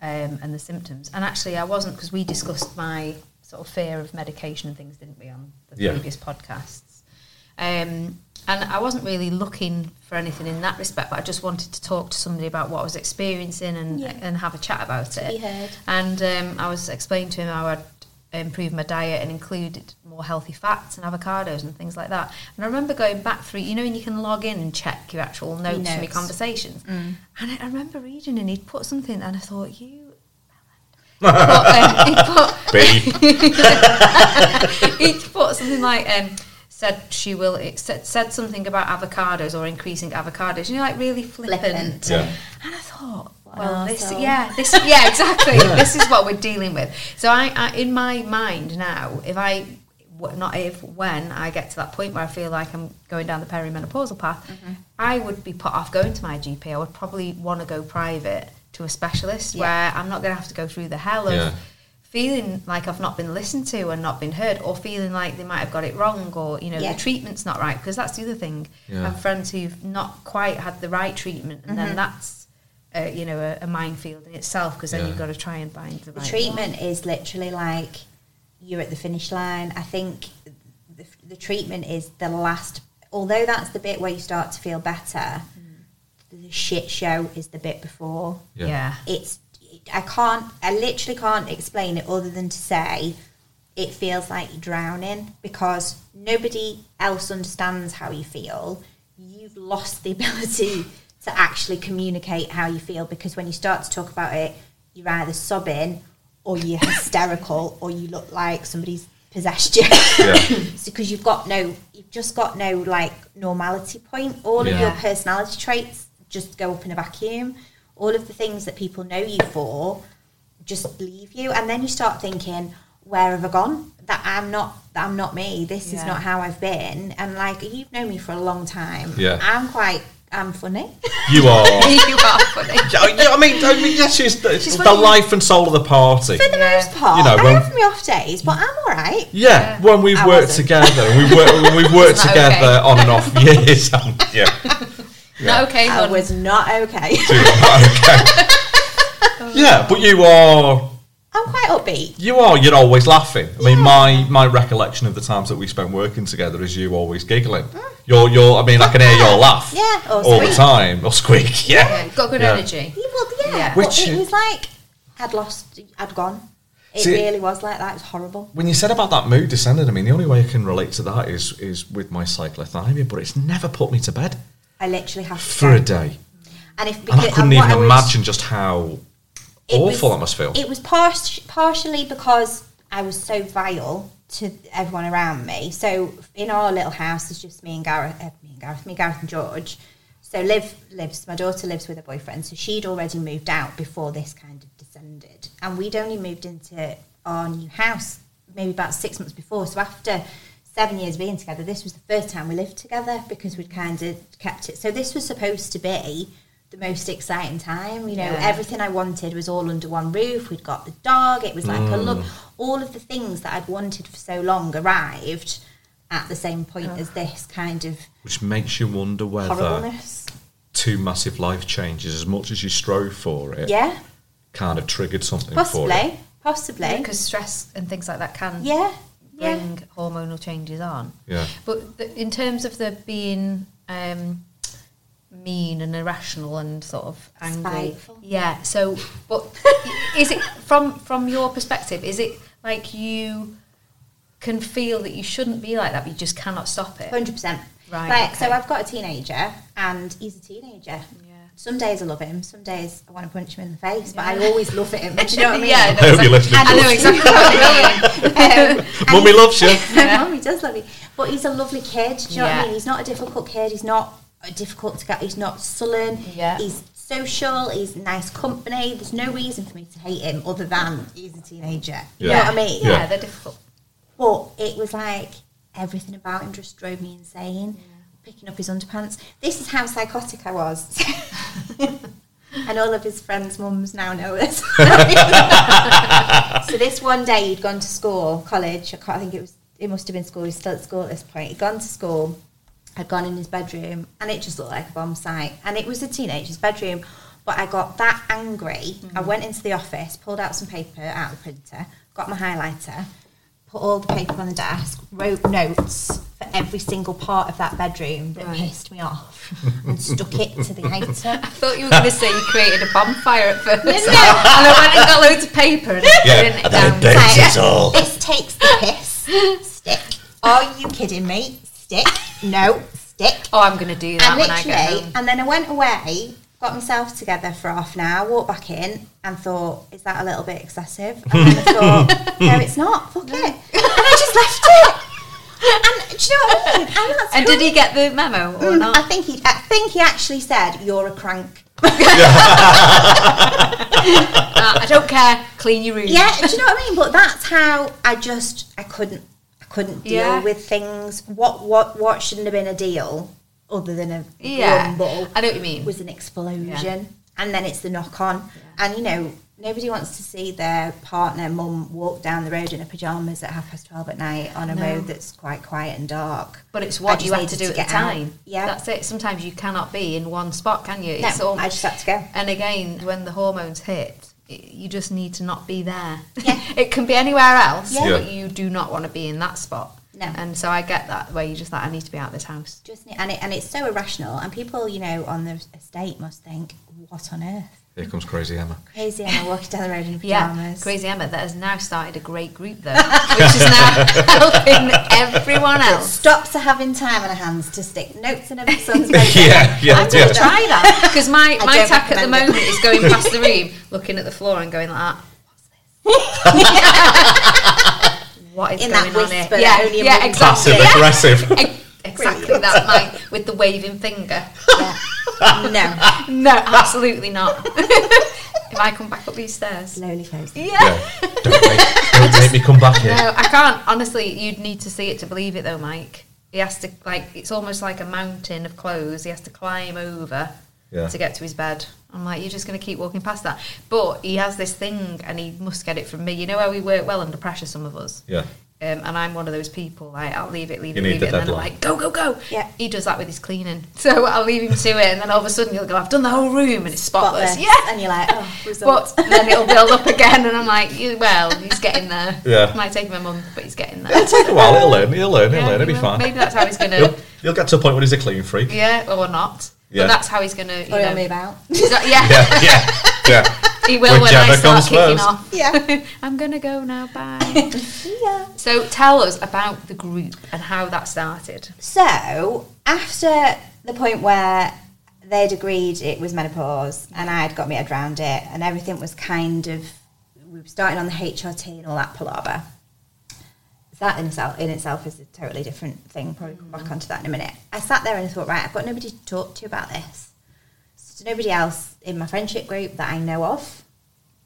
S2: um, and the symptoms. And actually, I wasn't because we discussed my sort of fear of medication and things, didn't we, on the
S1: Yeah.
S2: previous podcasts? Um, and I wasn't really looking for anything in that respect, but I just wanted to talk to somebody about what I was experiencing and,
S4: Yeah.
S2: and have a chat about it.
S4: be heard.
S2: And um, I was explaining to him how I'd improved my diet and included more healthy fats and avocados and things like that. And I remember going back through, you know, and you can log in and check your actual notes, from your
S4: notes. Mm.
S2: conversations. And I, I remember reading, and he'd put something, and I thought, you But, um, he, put,
S1: B.
S2: he put something like, um, said she will, it said, said something about avocados or increasing avocados. You know, like really flippant.
S4: Flippant.
S1: Yeah.
S2: And I thought,
S4: What an
S2: well, this,
S4: arsehole.
S2: yeah, this, yeah, exactly. This is what we're dealing with. So I, I, in my mind now, if I, wh- not if, when I get to that point where I feel like I'm going down the perimenopausal path, I would be put off going to my GP. I would probably want to go private to a specialist where I'm not going to have to go through the hell of
S1: Yeah.
S2: feeling like I've not been listened to and not been heard, or feeling like they might have got it wrong, or you know
S4: Yeah.
S2: the treatment's not right. Because that's the other thing.
S1: Yeah.
S2: I've friends who've not quite had the right treatment, and then that's uh, you know a, a minefield in itself. Because then
S1: Yeah.
S2: you've got to try and find the,
S4: The
S2: right
S4: treatment is literally like you're at the finish line. I think the, the treatment is the last, although that's the bit where you start to feel better, the shit show is the bit before.
S2: One.
S1: Yeah.
S2: Yeah.
S4: It's, I can't, I literally can't explain it other than to say it feels like you're drowning because nobody else understands how you feel. You've lost the ability to actually communicate how you feel because when you start to talk about it, you're either sobbing or you're hysterical or you look like somebody's possessed you
S1: Yeah.
S4: because you've got no you've just got no like normality point all of
S1: Yeah.
S4: your personality traits just go up in a vacuum all of the things that people know you for just leave you and then you start thinking where have i gone that i'm not that i'm not me this is
S2: Yeah.
S4: not how i've been and like you've known me for a long time
S1: Yeah.
S4: i'm quite i'm funny
S1: You are.
S2: you are funny.
S1: Yeah, yeah, I mean, I mean, yeah, she's the,
S2: She's
S1: the
S2: funny.
S1: life and soul of the party.
S4: for the
S2: Yeah.
S4: most part
S1: You know,
S4: i
S1: when-
S4: have my off days but i'm all right
S1: Yeah,
S2: Yeah.
S1: when we've
S4: I
S1: worked
S4: wasn't.
S1: together, and we worked, when we've worked
S2: It's not
S1: together
S2: okay.
S1: on and off years. haven't you?
S2: Not okay,
S4: i
S2: hun.
S4: was not okay
S1: Yeah, but you are
S4: i'm quite upbeat
S1: You are. You're always laughing. I mean, my my recollection of the times that we spent working together is you always giggling. You're you're. I mean, I can hear your laugh.
S4: Yeah, or
S1: all the
S4: squeak.
S1: time. Or squeak. Yeah.
S2: Yeah, got good
S1: Yeah.
S2: energy.
S4: Yeah, well, yeah.
S2: Yeah.
S4: but
S1: Which-
S4: it was like I'd lost, I'd gone. It
S1: See-
S4: really was like that. It was horrible.
S1: When you said about that mood descending, I mean, the only way I can relate to that is is with my cyclothymia, but it's never put me to bed
S4: I literally have to.
S1: for
S4: go.
S1: a day,
S4: and if
S1: and I couldn't
S4: uh, what
S1: even
S4: would-
S1: imagine just how
S4: it
S1: awful
S4: was-
S1: that must feel.
S4: It was par- partially because I was so vile to everyone around me. So in our little house, it's just me and Gareth, uh, me and Gareth, me, Gareth and George. So Liv lives, my daughter lives with her boyfriend. So she'd already moved out before this kind of descended, and we'd only moved into our new house maybe about six months before. So after seven years being together, this was the first time we lived together because we'd kind of kept it. So this was supposed to be the most exciting time, you know,
S2: Yeah.
S4: every everything I wanted was all under one roof. We'd got the dog. It was like a love. All of the things that I'd wanted for so long arrived at the same point as this kind of
S1: which makes you wonder whether
S4: horribleness.
S1: two massive life changes, as much as you strove for it,
S4: Yeah,
S1: kind of triggered something for you.
S4: possibly, possibly.
S2: Because stress and things like that can
S4: Yeah, yeah.
S2: bring hormonal changes on.
S1: Yeah.
S2: But th in terms of the being um, mean and irrational and sort of angry,
S4: Spiteful.
S2: yeah. So, but is it from from your perspective? Is it like you can feel that you shouldn't be like that, but you just cannot stop it?
S4: Hundred percent.
S2: Right,
S4: Like, So
S2: okay.
S4: I've got a teenager, and he's a teenager.
S2: Yeah.
S4: Some days I love him. Some days I want to punch him in the face, but
S2: Yeah.
S4: I always love him. Do you know what I mean?
S2: Yeah,
S1: I hope you're listening.
S2: I
S1: to
S2: know
S1: us.
S2: exactly what you mean.
S4: Um, and
S1: Mummy
S4: he's-
S1: loves you.
S4: My mum, he does love me. But he's a lovely kid. Do you know what
S2: Yeah.
S4: I mean? He's not a difficult kid. He's not difficult to get. He's not sullen.
S2: Yeah.
S4: He's social. He's nice company. There's no reason for me to hate him other than he's a teenager. You know
S1: Yeah.
S4: what I mean?
S2: Yeah,
S1: Yeah.
S2: they're difficult.
S4: But it was like everything about him just drove me insane. Picking up his underpants. This is how psychotic I was. and all of his friends' mums now know this. so this one day he'd gone to school, college. I can't I think it was. It must have been school. He's still at school at this point. He'd gone to school. I'd gone in his bedroom, and it just looked like a bomb site. And it was a teenager's bedroom. But I got that angry. I went into the office, pulled out some paper out of the printer, got my highlighter, put all the paper on the desk, wrote notes for every single part of that bedroom that
S2: Right.
S4: pissed me off, and stuck it to the hater.
S2: I thought you were going to say you created a bonfire at first,
S4: No,
S2: and
S4: no,
S2: I went and got loads of paper and written it down.
S4: Right.
S1: That's all.
S4: This takes the piss. Stick. Are you kidding me? Stick. No. Stick.
S2: Oh, I'm going to do that
S4: And
S2: when I get
S4: literally,
S2: home.
S4: and then I went away got myself together for half an hour, walked back in, and thought, "Is that a little bit excessive?" And then I thought, "No, it's not. Fuck it," and I just left it. And do you know what I mean? And that's
S2: And
S4: cool.
S2: did he get the memo or
S4: Mm, I
S2: not?
S4: think he, I think he actually said, "You're a crank."
S2: Uh, I don't care. Clean your room.
S4: Yeah, do you know what I mean? But that's how I just I couldn't I couldn't deal
S2: Yeah.
S4: with things. What what what shouldn't have been a deal other than a
S2: Yeah.
S4: grumble
S2: I know what you mean.
S4: was an explosion, and then it's the knock on, and you know. Nobody wants to see their partner, mum, walk down the road in her pajamas at half past twelve at night on a
S2: No.
S4: road that's quite quiet and dark.
S2: But it's
S4: I
S2: what
S4: just
S2: you have
S4: needed
S2: to do
S4: to
S2: at
S4: get
S2: the
S4: out.
S2: time.
S4: Yeah.
S2: That's it. Sometimes you cannot be in one spot, can you?
S4: No,
S2: It's all-
S4: I just had to go.
S2: And again, when the hormones hit, i- you just need to not be there. it can be anywhere else,
S4: Yeah.
S1: Yeah.
S2: but you do not want to be in that spot.
S4: No.
S2: And so I get that where you're just like, I need to be out of this house.
S4: Just ne- and it, and it's so irrational, and people, you know, on the estate must think, "What on earth?
S1: Here comes crazy Emma.
S4: Crazy Emma walking down the road in
S2: Yeah,
S4: pajamas."
S2: Crazy Emma that has now started a great group though, which is now helping everyone else.
S4: Stops are having time on her hands to stick notes in her son's bedroom.
S1: Yeah, yeah,
S2: I'm going
S1: yeah.
S2: to try that because my,
S4: I
S2: my
S4: don't
S2: tack at the
S4: recommend it.
S2: moment is going past the room, looking at the floor, and going like that. What's this?
S4: In
S2: what is
S4: that
S2: going
S4: whisper
S2: on
S4: that
S2: here? Yeah,
S4: only a
S2: yeah,
S4: mum
S2: exactly.
S1: Passive
S4: Yeah.
S1: aggressive.
S2: Ex- Exactly that, mine with the waving finger.
S4: Yeah.
S2: No, absolutely not. if I come back up these stairs,
S4: No, slowly close. them.
S2: yeah.
S1: Don't make, don't make me come back here.
S2: No, I can't. Honestly, you'd need to see it to believe it, though, Mike. He has to like it's almost like a mountain of clothes. He has to climb over
S1: Yeah.
S2: to get to his bed. I'm like, you're just going to keep walking past that. But he has this thing, and he must get it from me. You know how we work well under pressure, some of us.
S1: Yeah.
S2: Um, and I'm one of those people. Like, I'll leave it, leave
S1: You
S2: it,
S1: need
S2: leave
S1: the
S2: it, and then I'm
S1: deadline.
S2: like, go, go, go.
S4: Yeah.
S2: He does that with his cleaning, so I'll leave him to it, and then all of a sudden he'll go, I've done the whole room, and it's spotless. Yeah.
S4: And you're like, oh, result.
S2: But then it'll build up again, and I'm like, "You- well, he's getting there.
S1: Yeah.
S2: It might take him a month, but he's getting there.
S1: It'll take a while. He'll learn. He'll learn. He'll
S2: Yeah,
S1: learn. He'll be
S2: well,
S1: fine.
S2: Maybe that's how he's
S1: He'll,
S2: gonna,
S1: he'll get to a point where he's a clean freak.
S2: yeah, or not.
S1: Yeah.
S2: But that's how he's gonna, you
S4: or
S2: know,
S4: you'll move out.
S2: he's not- yeah,
S1: Yeah, yeah, yeah.
S2: he will when I
S1: Whichever
S2: start
S1: comes
S2: kicking
S1: first.
S2: off.
S4: Yeah.
S2: I'm gonna go now. Bye.
S4: Yeah.
S2: so tell us about the group and how that started.
S4: So after the point where they'd agreed it was menopause and I'd got my head round it and everything was kind of we were starting on the HRT and all that palaver. That in itself, in itself is a totally different thing. Probably come
S2: Mm-hmm.
S4: back onto that in a minute. I sat there and I thought, right, I've got nobody to talk to about this. So to nobody else in my friendship group that I know of.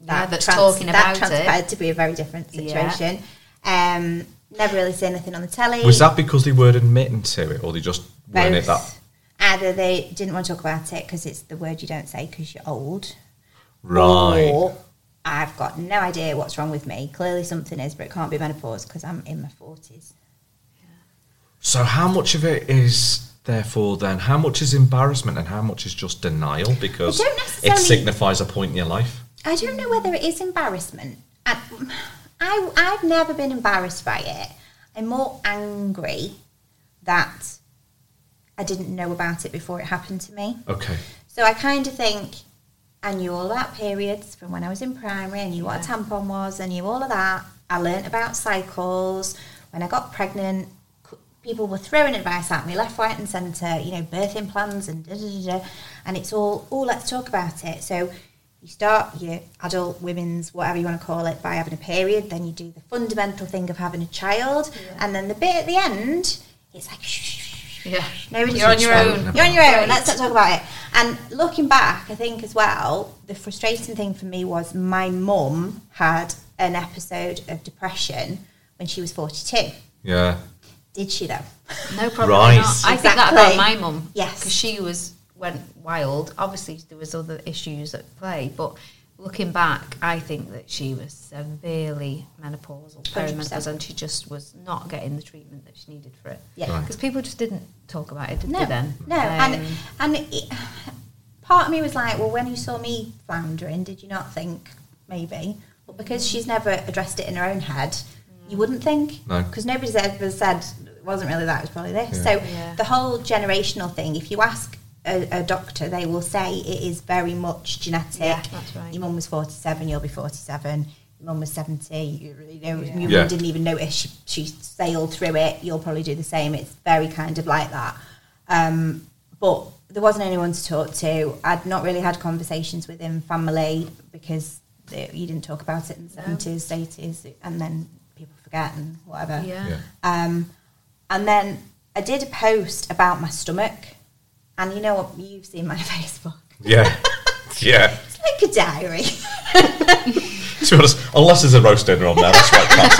S2: Yeah, that's
S4: trans-
S2: talking about
S4: that
S2: it.
S4: transpired to be a very different
S2: Yeah.
S4: situation. Um, never really seen anything on the telly.
S1: Was that because they were admitting to it, or they just weren't it that?
S4: Both. Either they didn't want to talk about it because it's the word you don't say because you're old,
S1: Right.
S4: or I've got no idea what's wrong with me. Clearly something is, but it can't be menopause because I'm in my forties.
S1: So how much of it is therefore then? How much is embarrassment and how much is just denial because
S4: I don't
S1: it
S4: necessarily-
S1: signifies a point in your life?
S4: I don't know whether it is embarrassment. I, I I've never been embarrassed by it. I'm more angry that I didn't know about it before it happened to me.
S1: Okay.
S4: So I kind of think I knew all about periods from when I was in primary. I knew what a tampon was. I knew all of that. I learnt about cycles. When I got pregnant, c- people were throwing advice at me left, right, and centre. You know, birthing plans and da da da. da. And it's all, oh, let's talk about it. So you start your adult, women's, whatever you want to call it, by having a period. Then you do the fundamental thing of having a child, and then the bit at the end, it's like.
S2: Yeah,
S4: Nobody
S2: you're on your
S1: Started
S2: own.
S1: about
S4: you're on your
S2: Right.
S4: own. Let's not talk about it. And looking back, I think as well, the frustrating thing for me was my mum had an episode of depression when she was 42.
S1: Yeah.
S4: Did she though?
S2: No problem.
S1: Right.
S2: not. I think that about
S4: Exactly.
S2: my mum.
S4: Yes.
S2: because she was went wild. Obviously, there was other issues at play, but looking back, I think that she was severely menopausal,
S4: 100%.
S2: perimenopausal, and she just was not getting the treatment that she needed for it.
S4: Yeah.
S1: Right.
S2: because people just didn't talk about it, did
S4: No.
S2: they? Then Um,
S4: No. and and it, part of me was like, well, when you saw me floundering, did you not think maybe? But
S2: Mm.
S4: because she's never addressed it in her own head, you wouldn't think.
S1: No.
S4: Because nobody's ever said it wasn't really that. It was probably this.
S1: Yeah.
S4: So
S2: Yeah.
S4: the whole generational thing. If you ask a, a doctor, they will say it is very much genetic.
S2: Yeah, that's right.
S4: Your mum was forty-seven. You'll be forty-seven. Your mum was seventy. You, you know,
S2: Yeah.
S4: your mum
S1: Yeah.
S4: didn't even notice. She, she sailed through it. You'll probably do the same. It's very kind of like that. Um, but there wasn't anyone to talk to. I'd not really had conversations within family because they, you didn't talk about it in the
S2: No.
S4: seventies, eighties, and then people forget and whatever.
S2: Yeah.
S1: Yeah.
S4: Um, and then I did a post about my stomach, and you know what? You've seen my Facebook.
S1: Yeah. yeah.
S4: It's like a diary.
S1: To be honest, unless there's a roast dinner on there, that's right. Cast.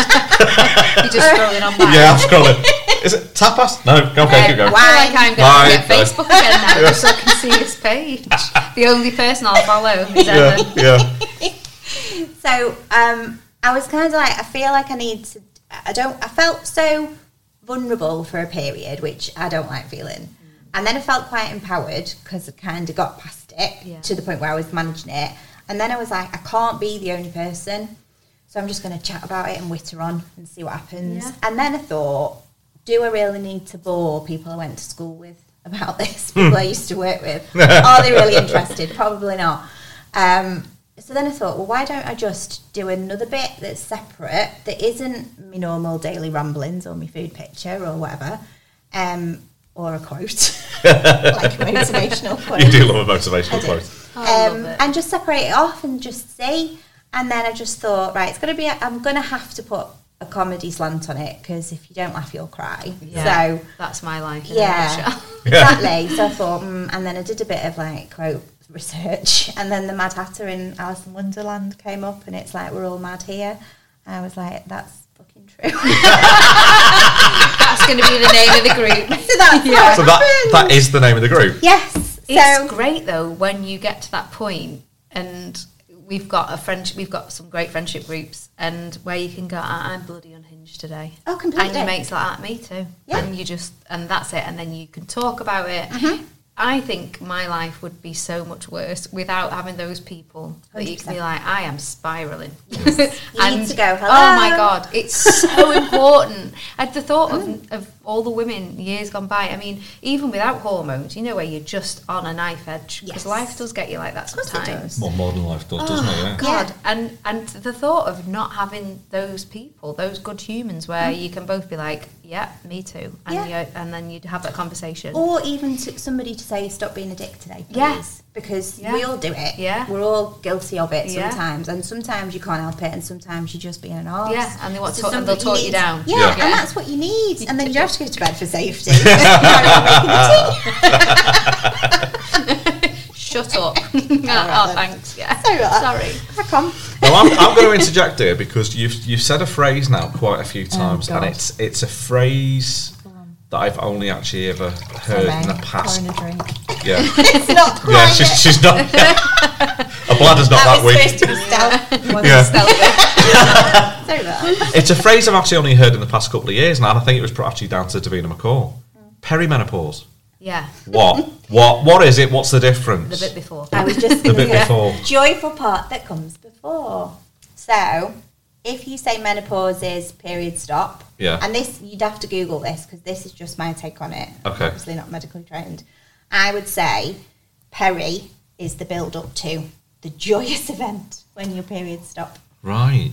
S2: You're just scrolling on back.
S1: yeah, I'm scrolling. Is it tapas? No. Okay, keep
S4: No,
S1: going.
S2: I
S4: why?
S2: feel like I'm
S1: Bye.
S2: going to get
S1: Bye.
S2: Facebook again now just so I can see this page. The only person I'll follow is Ellen.
S1: Yeah, yeah.
S4: So um, I was kind of like, I feel like I need to. I don't. I felt so vulnerable for a period, which I don't like feeling. And then I felt quite empowered because I kind of got past it
S2: Yeah.
S4: to the point where I was managing it. And then I was like, I can't be the only person, so I'm just going to chat about it and witter on and see what happens.
S2: Yeah.
S4: And then I thought, do I really need to bore people I went to school with about this? People I
S1: Hmm.
S4: used to work with? Are they really interested? Probably not. Um, so then I thought, well, why don't I just do another bit that's separate, that isn't my normal daily ramblings or my food picture or whatever, um, or a quote, like an motivational quote.
S1: You do love a motivational quote.
S2: Oh, I love
S4: Um,
S2: it.
S4: and just separate it off and just see. And then I just thought, right, it's going to be, I'm going to have to put a comedy slant on it because if you don't laugh, you'll cry.
S2: Yeah.
S4: So,
S2: That's my life. In
S4: Yeah.
S2: A nutshell.
S4: exactly. so I thought, mm, and then I did a bit of like quote research. And then the Mad Hatter in Alice in Wonderland came up and it's like, we're all mad here. And I was like, that's fucking true.
S2: That's going to be the name of the group.
S4: so that's yeah.
S1: So that that is the name of the group.
S4: Yes.
S2: It's
S4: so,
S2: great though when you get to that point and we've got a friendship we've got some great friendship groups and where you can go "Ah, I'm bloody unhinged today.
S4: oh, completely.
S2: And your mate's like "Ah, me too.
S4: Yeah.
S2: And you just and that's it and then you can talk about it.
S4: Mm-hmm.
S2: I think my life would be so much worse without having those people that you can be
S4: 100%.
S2: like, I am spiraling.
S4: You need to go,
S2: Oh my
S4: "Hello."
S2: god, it's so important. At the thought of,
S4: Mm.
S2: of all the women years gone by, I mean, even without hormones, you know, where you're just on a knife edge because
S4: Yes.
S2: life does get you like that
S4: Of course it
S2: sometimes.
S4: does.
S1: More modern life does, doesn't it? Yeah.
S2: God,
S4: Yeah.
S2: and and the thought of not having those people, those good humans, where you can both be like, "Yeah, me too," and
S4: Mm. Yeah. Oh.
S2: you, and then you'd have that conversation.
S4: or even to somebody to say stop being a dick today please.
S2: Yeah.
S4: because
S2: Yeah.
S4: we all do it
S2: Yeah.
S4: we're all guilty of it
S2: Yeah.
S4: sometimes and sometimes you can't help it and sometimes you're just being an arse
S2: Yeah, and they want to
S4: So
S2: talk, and
S4: somebody
S2: they'll talk you
S4: needs-
S2: down.
S4: yeah,
S1: Yeah.
S4: and that's what you need and then you have to go to bed for safety You know, making a tea.
S2: Shut up. oh, thanks. Yeah.
S4: Sorry about that.
S2: Sorry.
S4: uh, Crack on.
S1: Well, I'm, I'm going to interject here because you've you've said a phrase now quite a few times, and
S4: God.
S1: it's it's a phrase that I've only actually ever heard in the past.
S3: Pouring a drink.
S1: Yeah,
S4: it's not quite
S1: yeah. She's,
S4: it.
S1: she's not. Her bladder's not
S4: that
S1: that,
S4: was
S1: weak.
S4: supposed to be stealth
S1: Yeah.
S4: sorry about that
S1: It's a phrase I've actually only heard in the past couple of years now, and I think it was pro- actually down to Davina McCall. Perimenopause.
S2: Yeah,
S1: What? what? What is it? What's the
S2: the
S1: difference?
S2: bit before.
S4: I was just
S1: The
S4: gonna
S1: bit
S4: say-
S1: before.
S4: joyful part that comes before. So, if you say menopause is period stop,
S1: Yeah.
S4: and this you'd have to Google this because this is just my take on it. I'm
S1: Okay.
S4: obviously not medically trained. I would say peri is the build up to the joyous event when your period stop,
S1: Right.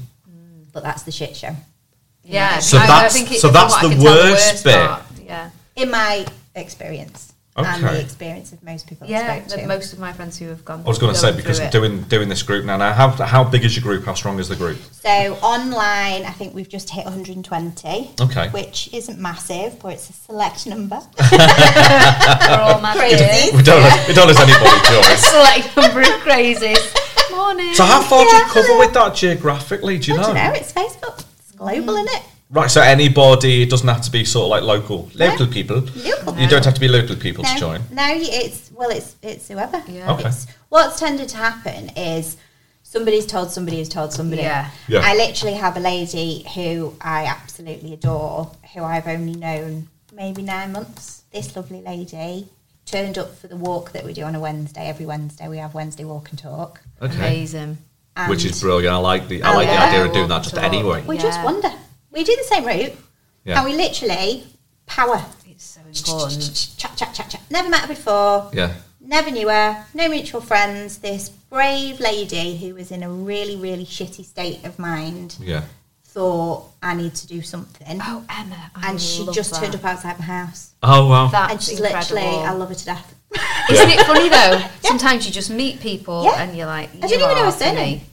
S4: but that's the shit show
S2: Yeah.
S1: So
S2: I- I
S1: that's-
S2: think it-
S1: so
S2: from
S1: that's
S2: what I
S1: the
S2: can tell,
S1: worst bit.
S2: part. Yeah.
S4: in my experience and
S1: Okay.
S4: the experience of most people.
S2: Yeah.
S4: I spoke
S2: the-
S4: to.
S2: most of my friends who have gone.
S1: I was going to say
S2: going
S1: because
S2: through it.
S1: doing doing this group now. Now, how how big is your group? How strong is the group?
S4: So online, I think we've just hit 120.
S1: Okay.
S4: Which isn't massive, but it's a select number.
S2: We're all mad here.
S4: Crazy.
S1: We don't let, we don't let anybody join.
S2: Select number of crazies. Morning.
S1: So how far do you
S4: Yeah.
S1: cover with that geographically? Do you
S4: I
S1: know?
S4: don't know, it's Facebook. It's global,
S2: Mm.
S4: isn't it?
S1: Right, so anybody it doesn't have to be sort of like local local people.
S4: Local.
S1: You don't have to be local people
S4: No,
S1: to join.
S4: no, you- it's well, it's it's whoever.
S2: Yeah. Okay.
S4: It's, what's tended to happen is somebody's told somebody who's told somebody.
S2: Yeah.
S1: Yeah.
S4: I literally have a lady who I absolutely adore, who I've only known maybe nine months. This lovely lady turned up for the walk that we do on a Wednesday. Every Wednesday we have Wednesday walk and talk.
S2: Amazing.
S4: And
S1: Which is brilliant. I like the I like
S2: Oh, yeah.
S1: the idea of doing that
S2: Walk
S1: just
S2: and talk.
S1: anyway.
S4: We just
S2: Yeah.
S4: wander. We do the same route,
S1: Yeah.
S4: and we literally power.
S2: It's so important.
S4: Chat, chat, chat, chat. Never met her before.
S1: Yeah.
S4: Never knew her, no mutual friends. This brave lady who was in a really, really shitty state of mind
S1: Yeah.
S4: thought, I need to do something.
S2: Oh, Emma. I
S4: and she
S2: love
S4: just
S2: that.
S4: turned up outside my house.
S1: Oh wow.
S2: That's
S4: and she's
S2: incredible.
S4: literally, I love her to death.
S2: Isn't it funny though? Sometimes you just meet people
S4: Yeah.
S2: and you're like,
S4: didn't
S2: "You
S4: even know
S2: are
S4: her
S2: for
S4: surname.
S2: me."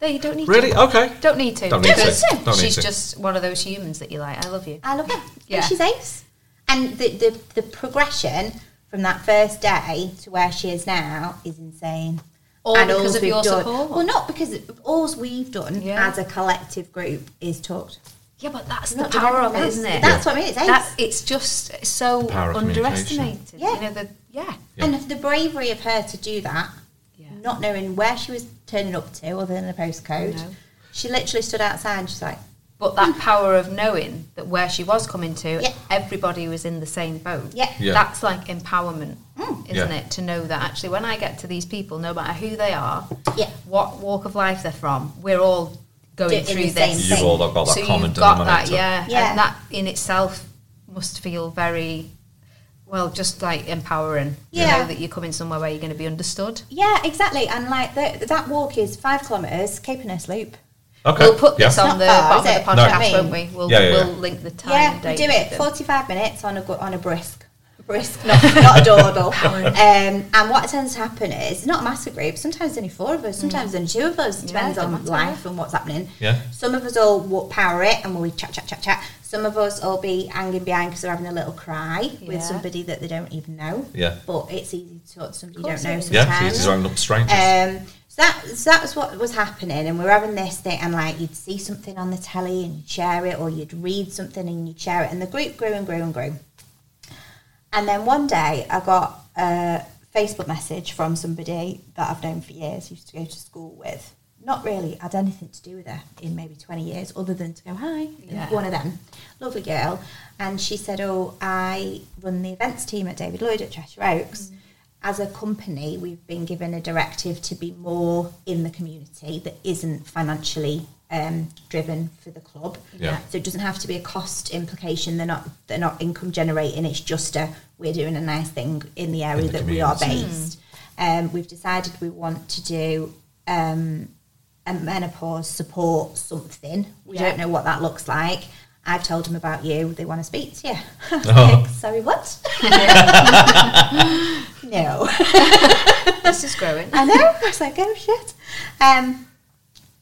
S2: No, you don't need to.
S1: Really? Okay.
S2: Don't need to.
S1: Don't need
S2: But
S1: to. Don't need
S2: She's
S1: to.
S2: just one of those humans that you like. I love you.
S4: I love her.
S2: Yeah.
S4: And she's ace. And the, the, the progression from that first day to where she is now is insane.
S2: All
S4: And
S2: because
S4: alls
S2: of your
S4: we've done-
S2: support.
S4: Well, not because all we've done
S2: Yeah.
S4: as a collective group is talked.
S2: Yeah, but that's
S4: We're
S2: the
S4: not
S2: power
S4: doing
S2: of it,
S4: anything
S2: isn't
S4: else.
S2: it?
S4: That's what I mean. It's ace.
S2: That it's just so
S1: Power of communication.
S2: underestimated.
S4: Yeah.
S2: You know the yeah.
S1: Yeah.
S4: And the bravery of her to do that,
S2: Yeah.
S4: not knowing where she was turning up to other than the postcode,
S2: No.
S4: she literally stood outside and she's like,
S2: But that power of knowing that where she was coming to,
S4: Yeah.
S2: everybody was in the same boat.
S4: Yeah. Mm.
S1: Yeah.
S2: That's like empowerment, isn't
S1: Yeah.
S2: it? To know that actually when I get to these people, no matter who they are,
S4: Yeah.
S2: what walk of life they're from, we're all going
S4: Doing the
S2: through
S4: same
S2: this.
S4: thing.
S1: You've all got that
S2: so
S1: common
S2: you've got
S1: denominator.
S2: that, yeah.
S4: Yeah.
S2: And that in itself must feel very well, just like empowering.
S4: Yeah.
S2: To know that you're coming somewhere where you're going to be understood.
S4: yeah, exactly. And like the, that walk is five kilometres, Cape and Loop.
S1: Okay.
S2: We'll put
S1: yeah.
S2: this on
S4: Not
S2: the
S4: far,
S2: bottom of
S4: is
S2: the
S4: it? No.
S2: podcast,
S4: I mean-
S2: won't we? We'll,
S1: Yeah, yeah, yeah.
S2: we'll link the time.
S4: Yeah,
S2: and
S4: we
S2: date
S4: do
S2: and
S4: it.
S2: everything.
S4: Forty-five minutes on a go- on a brisk, brisk, not, not a dawdle. um, and what tends to happen is not a massive group. Sometimes only four of us. Sometimes only two of us. Depends
S2: don't
S4: on
S2: Mm. matter.
S4: life and what's happening.
S1: Yeah.
S4: Some of us all will power it and we'll be chat, chat, chat, chat. Some of us will be hanging behind because they're having a little cry
S2: Yeah.
S4: with somebody that they don't even know.
S1: Yeah.
S4: But it's easy to talk to somebody you
S2: Of course
S4: don't know
S2: it is.
S4: sometimes.
S1: Yeah, she's just rounding up strangers.
S2: Uh,
S4: Um, so that so that was what was happening, and we were having this thing, and like you'd see something on the telly and you'd share it, or you'd read something and you'd share it, and the group grew and grew and grew. And then one day, I got a Facebook message from somebody that I've known for years, used to go to school with. Not really had anything to do with her in maybe twenty years, other than to go hi,
S2: Yeah.
S4: one of them, lovely girl, and she said, "Oh, I run the events team at David Lloyd at Cheshire Oaks." as a company, we've been given a directive to be more in the community that isn't financially um, driven for the club.
S1: Yeah.
S4: So it doesn't have to be a cost implication. They're not they're not income generating. It's just a we're doing a nice thing in the area
S1: the
S4: that we are
S1: community.
S4: based. Um, we've decided we want to do um, a menopause support something. We
S2: Yeah.
S4: don't know what that looks like. I've told them about you. They want to speak to you.
S1: Oh.
S4: Sorry, what? no.
S2: This is growing.
S4: I know. I was like, oh shit. Um,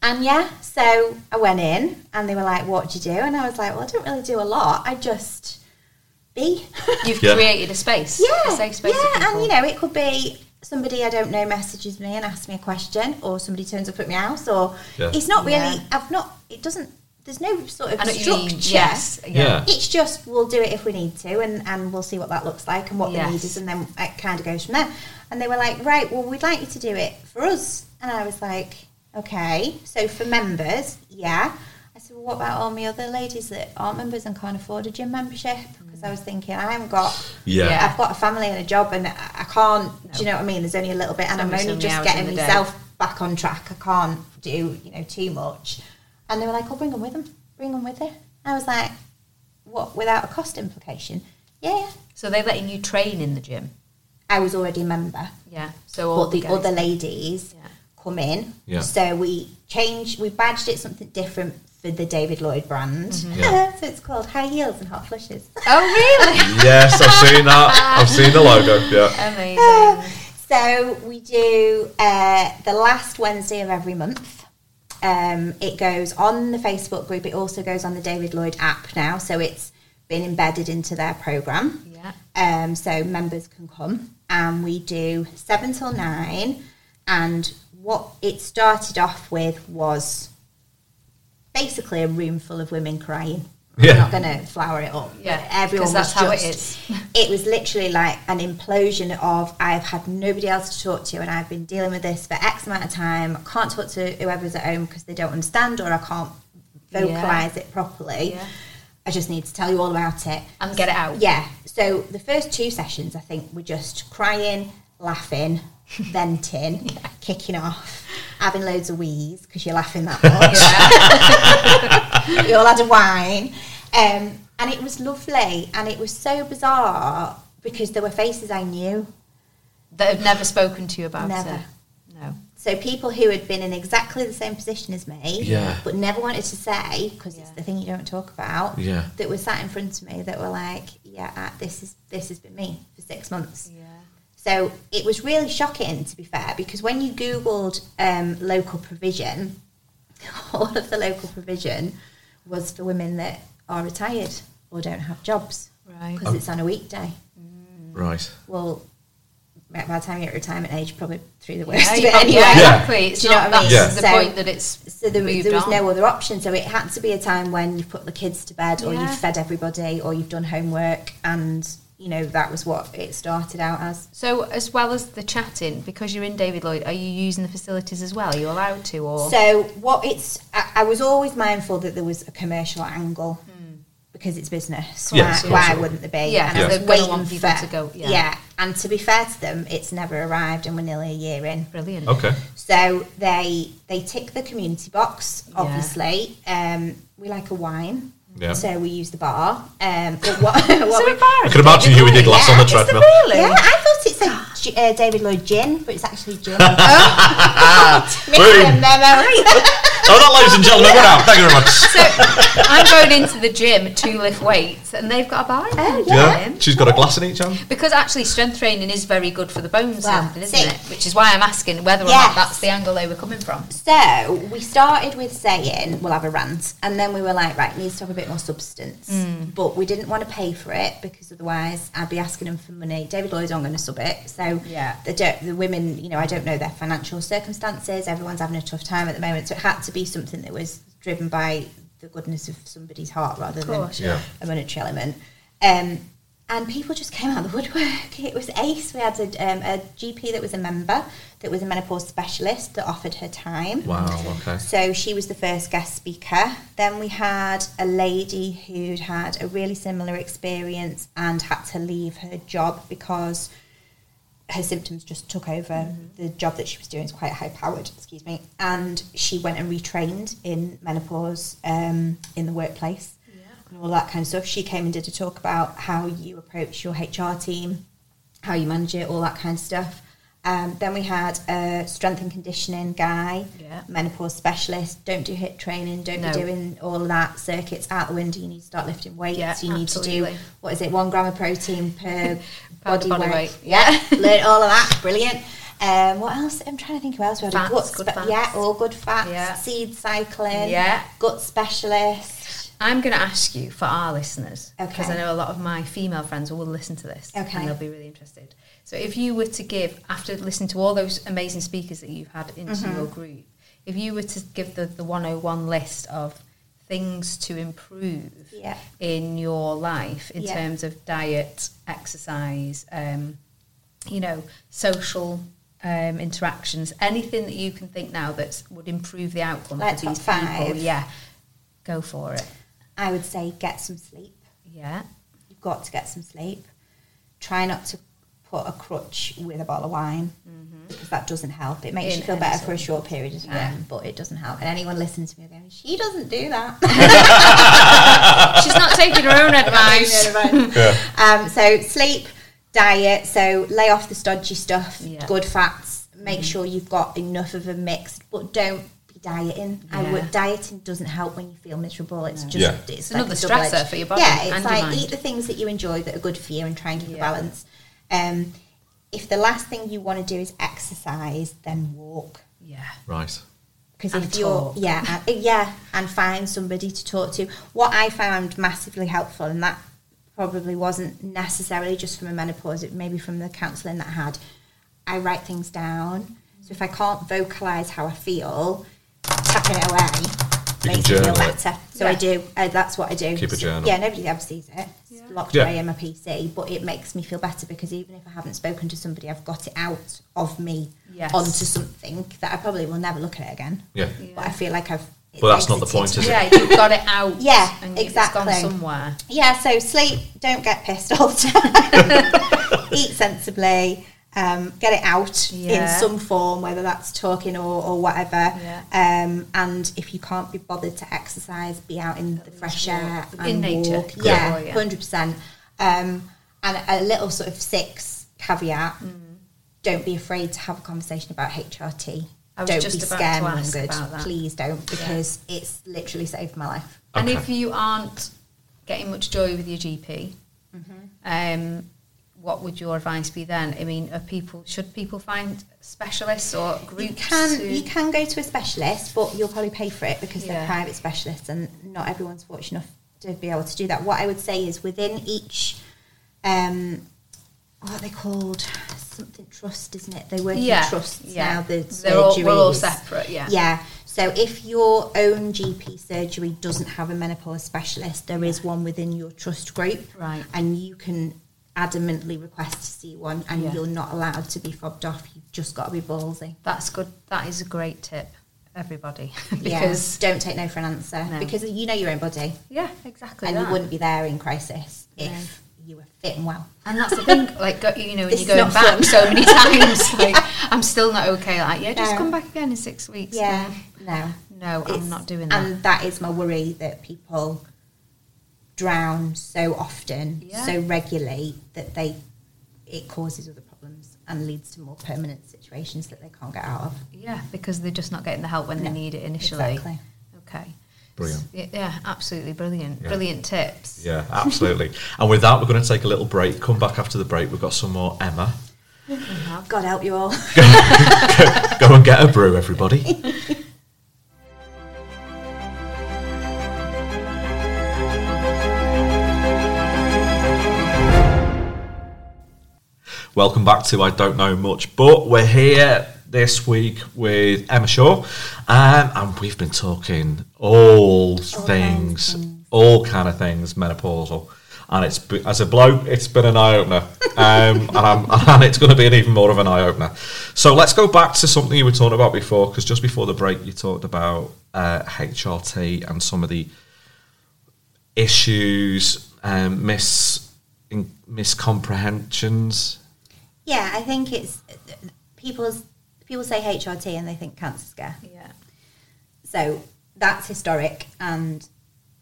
S4: and yeah, so I went in and they were like, what do you do? And I was like, well, I don't really do a lot. I just be.
S2: You've
S1: Yeah.
S2: created a space.
S4: yeah.
S2: A safe space. for
S4: yeah. And
S2: people.
S4: you know, it could be somebody I don't know messages me and asks me a question or somebody turns up at my house or
S1: Yeah.
S4: it's not really,
S2: Yeah.
S4: I've not, it doesn't, there's no sort of
S2: I know what you
S4: structure.
S2: mean. Yes.
S1: Yeah.
S4: It's just we'll do it if we need to, and, and we'll see what that looks like and what
S2: Yes.
S4: the need is, and then it kind of goes from there. And they were like, right, well, we'd like you to do it for us. And I was like, okay. So for members, yeah. I said, well, what about all my other ladies that aren't members and can't afford a gym membership? Because I was thinking, I haven't got,
S1: Yeah.
S2: Yeah.
S4: I've got a family and a job, and I I can't. Do you know what I mean? There's only a little bit, and
S2: There's
S4: I'm
S2: only so many
S4: only just
S2: hours in
S4: getting
S2: the day.
S4: myself back on track. I can't do you know too much. And they were like, "Oh, bring them with them. Bring them with you." I was like, "What? Without a cost implication?" Yeah, yeah.
S2: So they're letting you train in the gym.
S4: I was already a member,
S2: Yeah. So all
S4: but the
S2: guys-
S4: other ladies
S2: Yeah.
S4: come in.
S1: Yeah.
S4: So we changed, we badged it something different for the David Lloyd brand.
S1: Mm-hmm. Yeah.
S4: so it's called High Heels and Hot Flushes.
S2: Oh really?
S1: yes, I've seen that. I've seen the logo. Yeah.
S4: Uh,
S2: Amazing.
S4: So we do uh, the last Wednesday of every month. Um, it goes on the Facebook group. It also goes on the David Lloyd app now, so it's been embedded into their program.
S2: Yeah.
S4: Um, so members can come, and we do seven till nine. And what it started off with was basically a room full of women crying.
S1: Yeah.
S4: I'm not going to flower it up.
S2: Yeah,
S4: but everyone
S2: 'cause that's
S4: was
S2: how it
S4: just
S2: is.
S4: it was literally like an implosion of I've had nobody else to talk to and I've been dealing with this for X amount of time. I can't talk to whoever's at home because they don't understand or I can't vocalize it properly.
S2: Yeah.
S4: I just need to tell you all about it.
S2: And get it out.
S4: Yeah. So the first two sessions, I think, were just crying, laughing, venting, kicking off, having loads of wheeze because you're laughing that much
S2: Yeah.
S4: we all had a wine. Um, and it was lovely. And it was so bizarre because there were faces I knew.
S2: that have never spoken to you about
S4: Never.
S2: it. No.
S4: So people who had been in exactly the same position as me,
S1: Yeah.
S4: but never wanted to say, because it's
S2: Yeah.
S4: the thing you don't talk about,
S1: Yeah.
S4: that were sat in front of me that were like, yeah, uh, this, is, this has been me for six months.
S2: Yeah.
S4: So it was really shocking, to be fair, because when you googled um, local provision, all of the local provision was for women that are retired or don't have jobs
S2: Right. Oh.
S4: because it's on a weekday.
S1: Right.
S4: Well, by the time you're at retirement age, you're probably through the worst
S2: Yeah,
S4: of
S2: yeah,
S4: it anyway.
S2: exactly. It's
S4: Do you know
S2: not
S4: what I mean?
S2: that's the
S4: Yeah. So-
S2: point that it's
S4: So there, was-
S2: moved
S4: there was
S2: on.
S4: no other option. So it had to be a time when you've put the kids to bed, or
S2: Yeah.
S4: you've fed everybody, or you've done homework, and you know that was what it started out as.
S2: So, as well as the chatting, because you're in David Lloyd, are you using the facilities as well? Are you allowed to, or
S4: So what it's, I, I was always mindful that there was a commercial angle because it's business.
S1: Yeah, of
S4: why,
S1: course
S4: why
S1: it
S4: wouldn't there be?
S2: Hmm. Yeah,
S4: and I was
S2: they're gonna
S4: waiting
S2: want people
S4: for-
S2: to go- yeah.
S4: and to be fair to them, it's never arrived, and we're nearly a year in.
S2: brilliant?
S1: Okay.
S4: So they they tick the community box.
S2: Yeah.
S4: Obviously, um, we like a wine,
S1: Yeah.
S4: so we use the bar. Um, but what, what we-
S1: I can imagine who we did last on the treadmill.
S4: yeah, I thought it said G- uh, David Lloyd Gin, but it's actually gin.
S1: Boom.
S4: Mixing them, aren't we?
S1: Oh, that, ladies and gentlemen, we're out. Thank you very much.
S2: So, I'm going into the gym to lift weights, and they've got a bar.
S4: Oh,
S1: Yeah.
S4: yeah.
S1: She's got a glass in each hand.
S2: Because actually, strength training is very good for the bones,
S4: Well,
S2: and everything, isn't
S4: see.
S2: it? Which is why I'm asking whether or not
S4: Yes.
S2: that's the angle they were coming from.
S4: So we started with saying we'll have a rant, and then we were like, right, needs to have a bit more substance.
S2: Mm.
S4: But we didn't want to pay for it because otherwise I'd be asking them for money. David Lloyd's not going to sub it, so
S2: Yeah.
S4: the do- the women, you know, I don't know their financial circumstances. Everyone's having a tough time at the moment, so it had to be something that was driven by the goodness of somebody's heart rather
S2: Of
S4: than
S2: course,
S1: Yeah.
S4: a monetary element. Um, and people just came out of the woodwork. It was ace. We had a, um, a GP that was a member, that was a menopause specialist, that offered her time.
S1: Wow. Okay.
S4: So she was the first guest speaker. Then we had a lady who'd had a really similar experience and had to leave her job because her symptoms just took over. The job that she was doing is quite high powered, excuse me. And she went and retrained in menopause um, in the workplace and all that kind of stuff. She came and did a talk about how you approach your HR team, how you manage it, all that kind of stuff. Um, then we had a strength and conditioning guy,
S2: Yeah.
S4: menopause specialist. Don't do hip training. Don't
S2: No.
S4: be doing all that circuits out the window. You need to start lifting weights.
S2: Yeah,
S4: you need to
S2: absolutely.
S4: do what is it? One gram of protein per
S2: Pound
S4: body,
S2: of body
S4: weight.
S2: weight.
S4: Yeah, learn all of that. Brilliant. Um, what else? I'm trying to think of else. We had
S2: Fats,
S4: a gut,
S2: good
S4: spe-
S2: fats.
S4: yeah, all good fats.
S2: Yeah.
S4: Seed cycling.
S2: Yeah.
S4: gut specialist.
S2: I'm going to ask you for our listeners because
S4: Okay.
S2: I know a lot of my female friends will listen to this
S4: Okay.
S2: and they'll be really interested. So, if you were to give, after listening to all those amazing speakers that you've had into
S4: Mm-hmm.
S2: your group, if you were to give the, the 101 list of things to improve
S4: Yeah.
S2: in your life in
S4: Yeah.
S2: terms of diet, exercise, um, you know, social um, interactions, anything that you can think now that would improve the outcome
S4: Like
S2: for these
S4: top
S2: people,
S4: five.
S2: yeah, go for it.
S4: I would say get some sleep.
S2: Yeah.
S4: You've got to get some sleep. Try not to put a crutch with a bottle of wine because that doesn't help. It makes
S2: In
S4: you feel
S2: any
S4: better
S2: sort
S4: for a
S2: of-
S4: short period of time,
S2: Mm-hmm. Yeah.
S4: but it doesn't help. And anyone listening to me going, she doesn't do that.
S2: She's not taking her own advice.
S1: Yeah.
S4: Um, so sleep, diet, so lay off the stodgy stuff,
S2: Yeah. Mm.
S4: good fats. Make sure you've got enough of a mix, but don't be dieting. I
S2: Yeah.
S4: would dieting doesn't help when you feel miserable. It's just
S1: Yeah.
S4: it's,
S2: It's
S4: like
S2: another
S4: a double-edged-
S2: stressor for your body
S4: Yeah, it's
S2: and your
S4: like
S2: mind.
S4: eat the things that you enjoy that are good for you and try and keep a
S2: Yeah.
S4: balance. Um, if the last thing you want to do is exercise, then walk.
S2: Yeah.
S1: Right.
S4: Because
S2: And
S4: if you're
S2: talk.
S4: yeah and, yeah and find somebody to talk to, what I found massively helpful, and that probably wasn't necessarily just from a menopause, it maybe from the counselling that I had. I write things down, so if I can't vocalise how I feel, tapping it away
S1: You can
S4: makes me feel
S1: journal it.
S4: better. So I
S2: Yeah.
S4: do. Uh, that's what I do.
S1: Keep a
S4: So-
S1: journal.
S4: Yeah, nobody ever sees it. It's
S2: Yeah.
S4: locked
S1: Yeah.
S4: away in my PC, but it makes me feel better because even if I haven't spoken to somebody, I've got it out of me
S2: Yes.
S4: onto something that I probably will never look at it again
S1: Yeah.
S4: but I feel like I've.
S1: But that's not the
S4: exited.
S1: point, is it?
S2: Yeah, you've got it out.
S4: Yeah,
S2: and you've- It's
S4: exactly.
S2: gone somewhere.
S4: Yeah, so sleep, don't get pissed all the time. Eat sensibly, um, get it out
S2: Yeah.
S4: in some form, whether that's talking or, or whatever.
S2: Yeah.
S4: Um, and if you can't be bothered to exercise, be out in the fresh
S2: walk.
S4: air
S2: In
S4: and
S2: nature.
S4: walk.
S2: Good.
S4: Yeah,
S2: Yeah.
S4: 100%. Um, and a little sort of six caveat
S2: Mm.
S4: don't be afraid to have a conversation about HRT.
S2: I was
S4: don't
S2: just
S4: be
S2: about to ask
S4: scaremongered.
S2: about that.
S4: Please don't, because it's literally saved my life.
S2: And
S1: Okay.
S4: Mm-hmm.
S2: if you aren't getting much joy with your GP, um, what would your advice be then? I mean, are people should people find specialists or groups?
S4: You can
S2: who-
S4: you can go to a specialist, but you'll probably pay for it because
S2: Yeah.
S4: they're private specialists, and not everyone's fortunate enough to be able to do that. What I would say is within each, um, what are they called? Something trust, isn't it? They work
S2: Yeah,
S4: in trusts
S2: yeah.
S4: now. The
S2: They're all,
S4: surgeries.
S2: we're all separate. Yeah.
S4: Yeah. So if your own GP surgery doesn't have a menopause specialist, there is one within your trust group.
S2: Right.
S4: And you can adamantly request to see one and
S2: Yeah.
S4: you're not allowed to be fobbed off. You've just got to be ballsy.
S2: That's good. That is a great tip, everybody.
S4: Yeah.
S2: because
S4: don't take no for an answer
S2: No.
S4: because you know your own body
S2: yeah, exactly.
S4: and you
S2: that.
S4: wouldn't be there in crisis if
S2: No.
S4: you were fit and well.
S2: And that's the thing, like go, you know, when
S4: This
S2: you're
S4: is
S2: going
S4: not
S2: back
S4: fun.
S2: so many times, like I'm still not okay. Like yeah, just
S4: No.
S2: come back again in six weeks.
S4: Yeah. No.
S2: No, I'm
S4: It's-
S2: not doing that.
S4: And that is my worry that people drown so often,
S2: Yeah.
S4: so regularly that they it causes other problems and leads to more permanent situations that they can't get out of.
S2: yeah, because they're just not getting the help when they
S4: No,
S2: need it initially.
S4: Exactly.
S2: Okay.
S1: Brilliant.
S2: Yeah, yeah, absolutely brilliant.
S1: Yeah.
S2: Brilliant tips.
S1: Yeah, absolutely. and with that, we're going to take a little break. Come back after the break. We've got some more Emma.
S4: God help you all.
S1: Go and get a brew, everybody. Welcome back to I Don't Know Much, but we're here this week with Emma Shaw, um, and we've been talking all, things,
S4: kinds of things.
S1: all kind of things menopausal. And it's be- as a bloke, it's been an eye opener, um, and, I'm, and it's going to be an even more of an eye opener. So let's go back to something you were talking about before, because just before the break, you talked about uh, HRT and some of the issues, um, mis in, miscomprehensions.
S4: yeah, I think it's uh, people's people say HRT and they think cancer scare.
S2: Yeah.
S4: So that's historic, and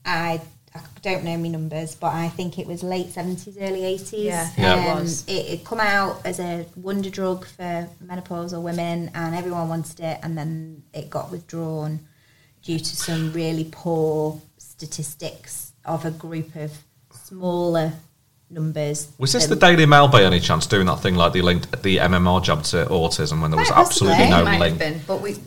S4: I, I don't know my numbers, but I think it was late seventies, early eighties. Um,
S2: Yeah, Yeah. it was.
S4: It had come out as a wonder drug for menopausal women, and everyone wanted it, and then it got withdrawn due to some really poor statistics of a group of smaller numbers.
S1: Was this
S4: Um,
S1: the Daily Mail by any chance doing that thing like they linked the MMR jab to autism when there was
S4: Might
S1: absolutely
S4: possibly.
S1: no
S2: It might
S1: link?
S2: have been, but we.
S1: Well,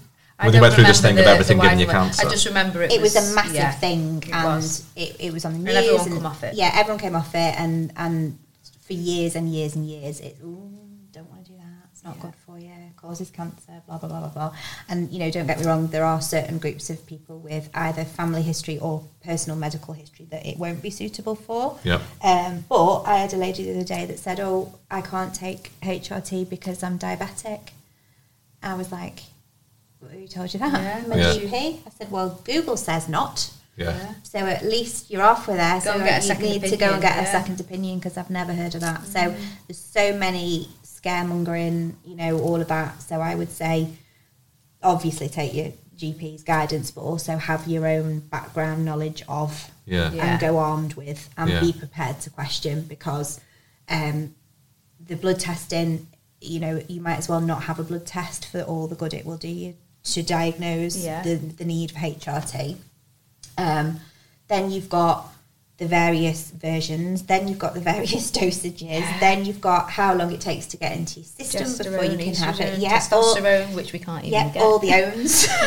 S1: they
S2: don't
S1: went through this
S2: remember
S1: thing with
S2: the-
S1: everything
S2: the
S1: giving you
S2: wider one.
S1: cancer.
S2: I just remember it.
S4: it was, a massive
S2: yeah.
S4: thing,
S2: It
S4: and
S2: was.
S4: it, it was on the news.
S2: everyone come off it.
S4: Yeah, everyone came off it, and and for years and years and years, it ooh, don't want to do that. It's not
S2: Yeah.
S4: good for you. Causes cancer. Blah blah blah blah blah. And you know, don't get me wrong. There are certain groups of people with either family history or personal medical history that it won't be suitable for.
S1: Yep.
S4: Um, but I had a lady the other day that said, "Oh, I can't take HRT because I'm diabetic." I was like, "Who told you that?"
S2: Yeah.
S4: My
S1: Yeah.
S4: GP. I said, "Well, Google says not."
S1: Yeah.
S4: So at least you're halfway there. so
S2: and get a
S4: you
S2: second
S4: need to go
S2: opinion,
S4: and get
S2: yeah. Mm.
S4: a second opinion because I've never heard of that. So there's so many scaremongering, you know, all of that. So I would say, obviously, take your GP's guidance, but also have your own background knowledge of
S1: Yeah.
S2: Yeah.
S4: and go armed with and
S1: Yeah.
S4: be prepared to question because um, the blood testing, you know, you might as well not have a blood test for all the good it will do you to diagnose
S2: Yeah.
S4: the, the need of HRT. Um, then you've got the various versions, then you've got the various dosages, then you've got how long it takes to get into your system before you
S2: Progesterone,
S4: can have it.
S2: estrogen,
S4: Yeah, all,
S2: testosterone, which we can't even
S4: yeah,
S2: get.
S4: all the owns.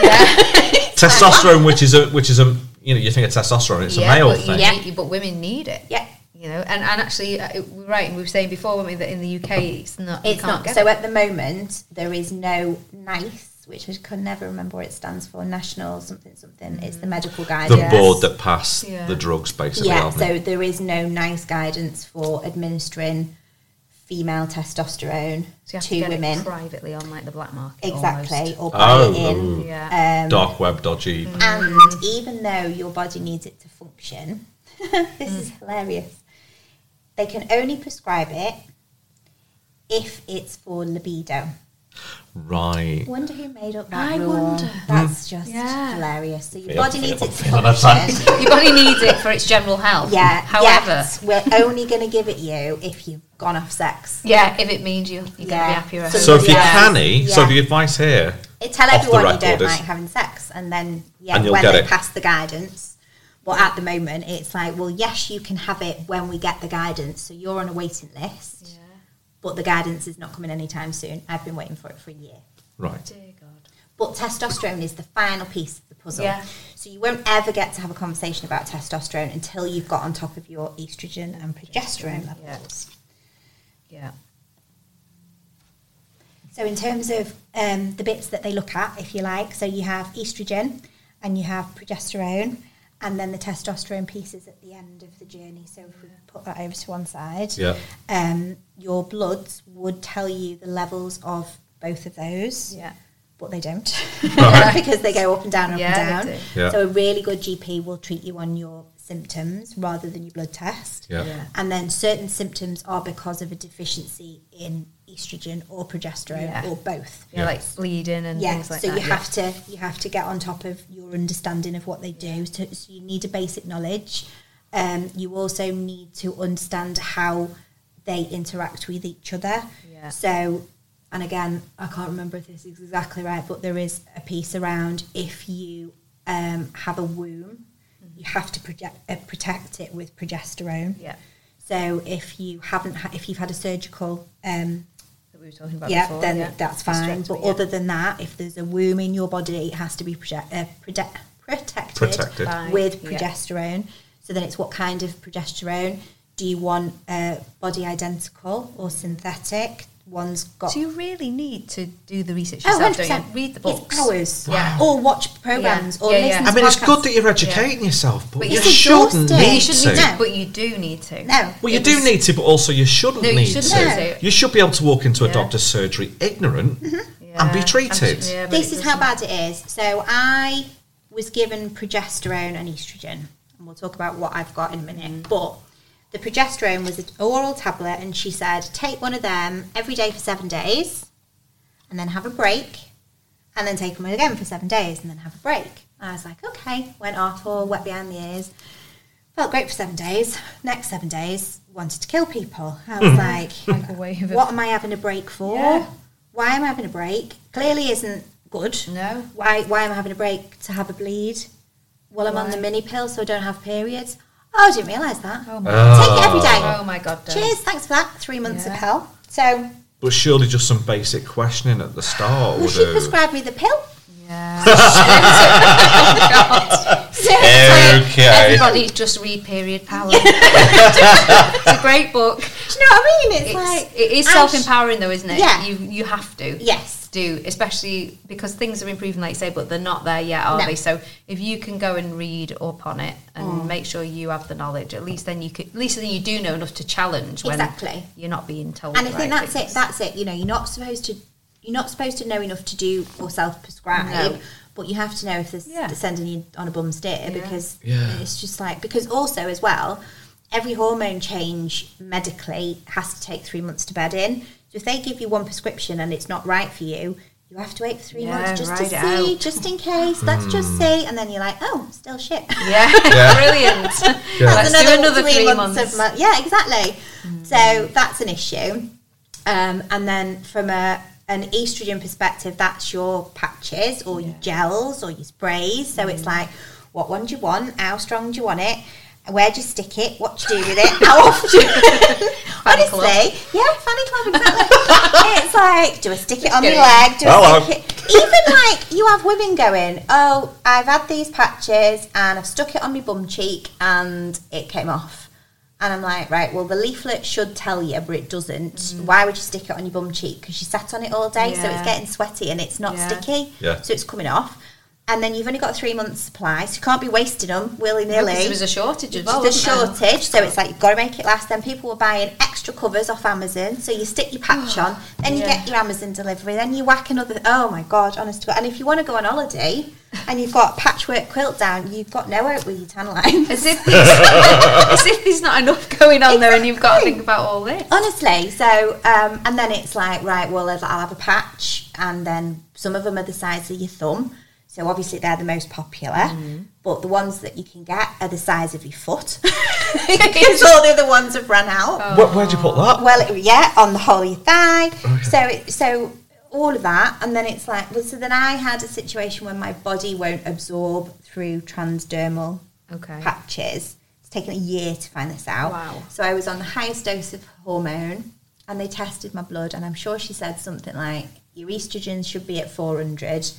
S1: Testosterone, which is a which is a you know you think of testosterone, it's a male
S2: but,
S1: thing.
S2: Yeah, but women need it.
S4: yeah.
S2: You know, and, and actually, uh, it- we're right, and we were saying before, weren't we, that in the UK it's not. you
S4: It's
S2: can't
S4: not.
S2: get
S4: So
S2: it.
S4: at the moment, there is no NICE, which I can never remember what it stands for. National something something. It's
S2: Mm.
S4: the medical
S1: The
S4: guidance.
S1: board that passed
S2: Yeah.
S1: the drugs basically.
S4: Yeah.
S1: haven't they?
S4: So there is no NICE guidance for administering female testosterone
S2: So you have
S4: to,
S2: to get it
S4: women.
S2: privately on like the black market.
S4: Exactly, or buy
S1: Oh,
S4: it in.
S1: ooh.
S2: Yeah.
S4: Um,
S1: dark web dodgy.
S2: Mm.
S4: And even though your body needs it to function, this
S2: Mm.
S4: is hilarious. They can only prescribe it if it's for libido.
S1: Right.
S4: Wonder who made up that
S2: I
S4: rule.
S2: wonder.
S4: That's just
S2: Yeah.
S4: hilarious. So your
S1: Feel-
S4: body needs
S1: feel-
S4: it
S1: feel
S4: to
S1: that
S4: function.
S2: Your body needs it for its general health.
S4: Um, Yeah.
S2: However,
S4: yet we're only going to give it you if you've gone off sex.
S2: yeah, if it means you, you're going to be
S4: Yeah.
S2: happier. at
S4: So-
S1: So
S2: home.
S1: if you
S4: Yeah.
S1: canny, so
S4: Yeah.
S1: the advice here,
S4: It tell
S1: Off the
S4: everyone you
S1: record
S4: don't
S1: is-
S4: like having sex, and then yeah,
S1: And you'll
S4: when
S1: get
S4: they
S1: it.
S4: pass the guidance. But at the moment, it's like, well, yes, you can have it when we get the guidance. So you're on a waiting list.
S2: Yeah.
S4: but the guidance is not coming anytime soon. I've been waiting for it for a year.
S1: Right.
S2: Dear God.
S4: But testosterone is the final piece of the puzzle.
S2: Yeah.
S4: So you won't ever get to have a conversation about testosterone until you've got on top of your estrogen and progesterone levels.
S2: Yeah.
S4: So in terms of um, the bits that they look at, if you like, so you have estrogen and you have progesterone, and then the testosterone piece is at the end of the journey. So if we put that over to one side,
S1: Yeah.
S4: um, your bloods would tell you the levels of both of those,
S2: Yeah.
S4: but they don't
S1: Right.
S4: because they go up and down and up
S2: Yeah,
S4: and
S2: they
S4: down.
S1: do. Yeah.
S4: So a really good GP will treat you on your symptoms rather than your blood test.
S1: Yeah.
S2: Yeah.
S4: And then certain symptoms are because of a deficiency in estrogen or progesterone
S2: Yeah.
S4: or both.
S2: Yeah,
S1: Yeah.
S2: like bleeding and
S4: Yeah,
S2: things like
S4: so
S2: that.
S4: you have to you have to get on top of your understanding of what they do. So, so you need a basic knowledge. Um, you also need to understand how they interact with each other.
S2: Yeah.
S4: So, and again, I can't remember if this is exactly right, but there is a piece around if you um, have a womb, you have to project, uh, protect it with progesterone.
S2: Mm-hmm. yeah.
S4: So if you haven't, ha- if you've had a surgical um,
S2: That we were talking about
S4: yeah,
S2: before.
S4: then
S2: yeah.
S4: that's fine. But
S2: Hysterectomy, yeah.
S4: other than that, if there's a womb in your body, it has to be proje- uh, prode- protected,
S1: Protected.
S2: By-
S4: with
S2: yeah.
S4: progesterone. So then it's what kind of progesterone? Do you want uh, body identical or synthetic? One's got.
S2: So you really need to do the research
S4: Oh,
S2: yourself, don't
S4: 100%.
S2: you? Read the
S4: It's
S2: books.
S4: hours.
S2: Yeah.
S4: Or watch programs
S2: Yeah.
S4: or
S2: Yeah, yeah.
S4: listen
S1: I
S4: to
S1: mean, it's
S4: podcasts.
S1: good that you're educating yourself, but,
S2: But
S1: you
S2: it's
S1: shouldn't
S4: exhausting.
S1: need
S4: You
S2: shouldn't
S1: to.
S4: need No.
S2: But you do need to.
S4: No.
S1: Well, you
S2: It
S1: do
S2: was-
S1: need to, but also you shouldn't
S2: No, you
S1: need
S2: shouldn't
S1: to.
S2: need to.
S1: You should be able to walk into a
S2: Yeah. Mm-hmm.
S1: doctor's surgery ignorant
S2: Yeah.
S1: and be treated.
S2: Yeah, but
S4: this
S2: it
S4: is how
S2: doesn't-
S4: bad it is. So I was given progesterone and estrogen, and we'll talk about what I've got in a minute.
S2: Mm.
S4: But the progesterone was an oral tablet, and she said take one of them every day for seven days, and then have a break, and then take them again for seven days, and then have a break. I was like, okay, went off all wet behind the ears. Felt great for seven days. Next seven days, wanted to kill people. I was like,
S2: Like a wave of-
S4: what am I having a break for?
S2: Yeah.
S4: Why am I having a break? Clearly isn't good.
S2: No.
S4: Why why am I having a break to have a bleed? Well, I'm on
S2: Why?
S4: the mini pill, so I don't have periods. Oh, I didn't realise that.
S2: Oh my,
S4: Take it every day.
S2: oh my God. Dad.
S4: Cheers, thanks for that. Three months
S2: Yeah.
S4: of hell. So,
S1: But surely just some basic questioning at the start
S4: well,
S1: would
S4: she
S1: have.
S4: prescribed me the pill.
S2: Yeah. Oh
S4: So,
S1: Okay.
S2: Everybody just read Period Power. it's a great book.
S4: do you know what I mean? It's,
S2: It's,
S4: like
S2: it is
S4: I sh-
S2: self empowering though, isn't it?
S4: Yeah.
S2: You you have to.
S4: Yes.
S2: Do especially because things are improving, like you say, but they're not there yet, are
S4: No. Mm.
S2: they? So if you can go and read up on it and make sure you have the knowledge, at least then you could, at least then you do know enough to challenge when
S4: Exactly.
S2: you're not being told.
S4: and I
S2: the
S4: think
S2: right
S4: that's
S2: things.
S4: it. That's it. You know, you're not supposed to. You're not supposed to know enough to do or self-prescribe,
S2: No.
S4: but you have to know if this
S2: Yeah.
S4: they're sending you on a bum steer because
S1: Yeah.
S4: it's just like because also as well, every hormone change medically has to take three months to bed in. So if they give you one prescription and it's not right for you, you have to wait for three
S2: Yeah,
S4: months just to
S2: ride it
S4: see,
S2: out.
S4: just in case. Let's just see, and then you're like, oh, still shit.
S2: yeah,
S1: Yeah.
S2: brilliant. Let's do another three, months.
S4: of mon- yeah, exactly. So that's an issue. Um, and then from a an estrogen perspective, that's your patches or your gels or your sprays. So it's
S2: Mm.
S4: like, what one do you want? How strong do you want it? Where do you stick it? What do you do with it? How often?
S2: Fanny
S4: Honestly,
S2: club.
S4: yeah, fanny club exactly. it's like, do I stick it on my
S2: Get it.
S4: leg? Do I
S1: Hello.
S4: stick it? Even like you have women going, oh, I've had these patches and I've stuck it on my bum cheek and it came off. And I'm like, right, well, the leaflet should tell you, but it doesn't. Why would you stick it on your bum cheek? Because you sat on it all day, so
S2: Mm. Yeah.
S4: it's getting sweaty and it's not
S2: Yeah.
S4: sticky,
S1: Yeah.
S4: so it's coming off. And then you've only got three months' supply, so you can't be wasting them willy nilly.
S2: Because there was a shortage as well.
S4: There's a
S2: wasn't there?
S4: shortage, so it's like you've got to make it last. Then people were buying extra covers off Amazon, so you stick your patch on, then you
S2: Oh, Yeah.
S4: get your Amazon delivery, then you whack another. Oh my god, honest to God! And if you want to go on holiday and you've got patchwork quilt down, you've got no hope with your tan line.
S2: As if, there's, as if there's not enough going on there, and you've got to think about all this.
S4: Honestly, so um, and then it's like right, well, I'll I'll have a patch, and then some of them are the size of your thumb, so obviously they're the most popular.
S2: Mm.
S4: But the ones that you can get are the size of your foot because all the other ones have run
S2: Oh,
S4: out.
S1: Where, where'd you put that?
S4: Well, it- yeah, on the whole of your thigh. So, it, so all of that, and then it's like, well, so then I had a situation where my body won't absorb through transdermal
S2: Okay.
S4: patches. It's taken a year to find this out.
S2: Wow.
S4: So I was on the highest dose of hormone, and they tested my blood, and I'm sure she said something like, "Your estrogen should be at 400.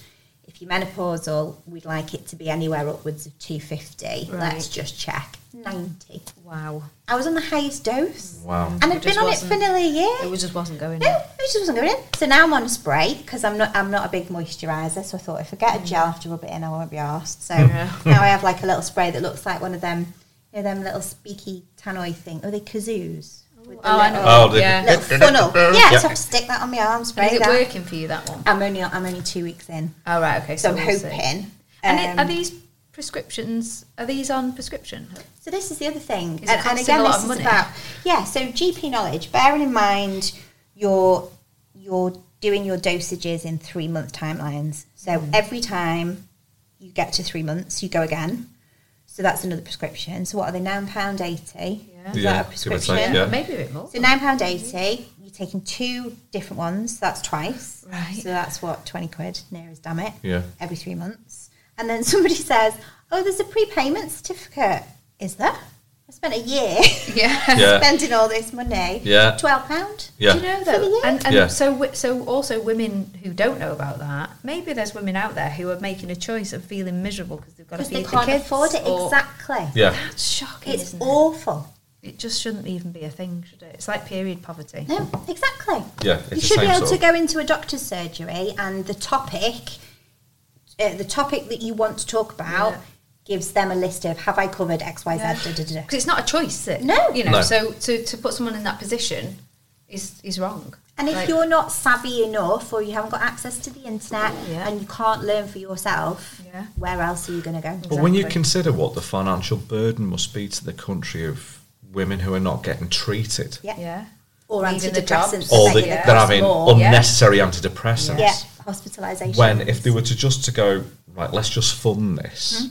S4: If you're menopausal, we'd like it to be anywhere upwards of 250. Let's
S2: Right.
S4: just check 90."
S2: Wow.
S4: I was on the highest dose,
S1: Wow.
S4: and
S2: It
S4: I'd been
S2: just
S4: on it for
S2: wasn't-
S4: nearly a year.
S2: It was- just wasn't going.
S4: No, it just wasn't going in. So now I'm on a spray because I'm not I'm not a big moisturiser. So I thought if I get a gel, I have to rub it in. I won't be arsed. So now I have like a little spray that looks like one of them, you know, them little speaky tannoy thing. Are they kazoos? With the
S2: Oh, I know.
S4: little,
S1: Oh, the-
S2: Yeah.
S4: little funnel. Yeah,
S1: Yeah.
S4: so I stick that on my arm,
S2: And
S4: spray
S2: is it
S4: that.
S2: working for you that one?
S4: I'm only I'm only two weeks in,
S2: Oh right, okay.
S4: so I'm
S2: we'll see.
S4: hoping.
S2: And it, are
S4: Um,
S2: these prescriptions? Are these on prescription?
S4: So this is the other thing, Uh,
S2: Is it
S4: and, and
S2: costing
S4: again,
S2: a lot
S4: this
S2: of
S4: is
S2: money?
S4: about yeah. So GP knowledge, bearing in mind you're you're doing your dosages in three month timelines. So
S2: Mm.
S4: every time you get to three months, you go again. So that's another prescription. So what are they? Nine pound eighty.
S2: Yeah.
S4: Is
S1: Yeah,
S4: that a
S1: give or take,
S4: prescription?
S1: Yeah.
S2: Maybe a bit more.
S4: So nine pound eighty. You're taking two different ones. So that's twice.
S2: Right.
S4: So that's what twenty quid near as damn it.
S1: Yeah.
S4: Every three months, and then somebody says, "Oh, there's a prepayment certificate." Is there? I spent a year
S2: yeah.
S1: Yeah.
S4: spending all this money.
S1: Yeah.
S4: Twelve pound.
S1: Yeah.
S2: Do you know
S4: So,
S2: though?
S4: yeah.
S2: And, and
S1: Yeah.
S2: so, wi- so also women who don't know about that. Maybe there's women out there who are making a choice of feeling miserable because they've got to
S4: Because
S2: feed
S4: they
S2: the
S4: can't
S2: kids.
S4: afford it.
S2: or-
S4: Exactly.
S1: Yeah.
S2: That's shocking.
S4: It's
S2: isn't
S4: awful.
S2: it? it just shouldn't even be a thing, should it? It's like period poverty.
S4: No, exactly.
S1: Yeah, it's
S4: you
S1: the
S4: should be
S1: same
S4: able
S1: sort
S4: to
S1: of-
S4: go into a doctor's surgery, and the topic, uh, the topic that you want to talk about,
S2: Yeah.
S4: gives them a list of have I covered X, Y, Z,
S2: Yeah.
S4: da, da, da, da.
S2: Because it's not a choice. Is it?
S4: No.
S2: You know.
S1: No.
S2: So to, to put someone in that position is is wrong.
S4: And if
S2: Like-
S4: you're not savvy enough, or you haven't got access to the internet,
S2: Yeah.
S4: and you can't learn for yourself,
S2: Yeah.
S4: where else are you going to go?
S1: But when you
S2: Exactly.
S1: consider what the financial burden must be to the country of women who are not getting treated,
S4: Yeah.
S2: yeah.
S4: Or
S2: Leaving the
S4: antidepressants.
S2: jobs.
S1: or
S4: that
S1: the,
S4: you
S2: Yeah.
S1: they're
S4: cost
S1: having
S4: more.
S2: yeah.
S1: unnecessary antidepressants,
S4: Yeah, hospitalisation.
S1: when if they were to just to go right, let's just fund this
S4: Hmm?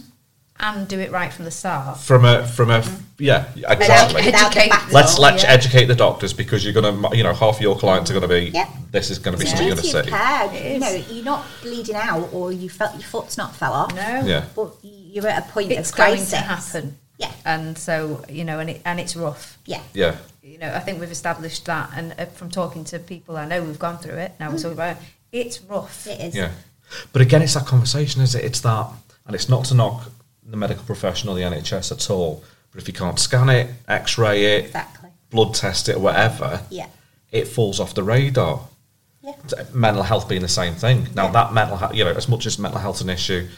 S2: And do it right from the start.
S1: from a from a yeah exactly.
S2: Educate.
S4: Without Hmm? the back
S1: Let's
S4: door.
S1: let's
S2: Yeah.
S1: educate the doctors because you're gonna you know half your clients are gonna be
S4: Yeah.
S1: this is gonna be
S4: It's
S1: something you're
S4: duty
S1: gonna
S4: of
S1: see.
S4: care.
S2: It
S4: You
S2: is.
S4: know, you're not bleeding out, or you felt your foot's not fell off.
S2: No.
S1: Yeah.
S4: But you're at a point
S2: It's
S4: of
S2: going
S4: crisis.
S2: to happen.
S4: Yeah,
S2: And so you know, and it and it's rough.
S4: yeah.
S1: Yeah,
S2: you know, I think we've established that, and uh, from talking to people I know who've gone through it, now we're talking about it, it's rough.
S4: Mm. It is.
S1: yeah. But again, it's that conversation, is it? It's that, and it's not to knock the medical professional, the NHS at all. But if you can't scan it, X-ray it,
S4: Exactly.
S1: blood test it, or whatever,
S4: Yeah.
S1: it falls off the radar.
S4: Yeah.
S1: T- Mental health being the same thing. Now
S4: Yeah.
S1: that mental, health, you know, as much as mental health's an issue,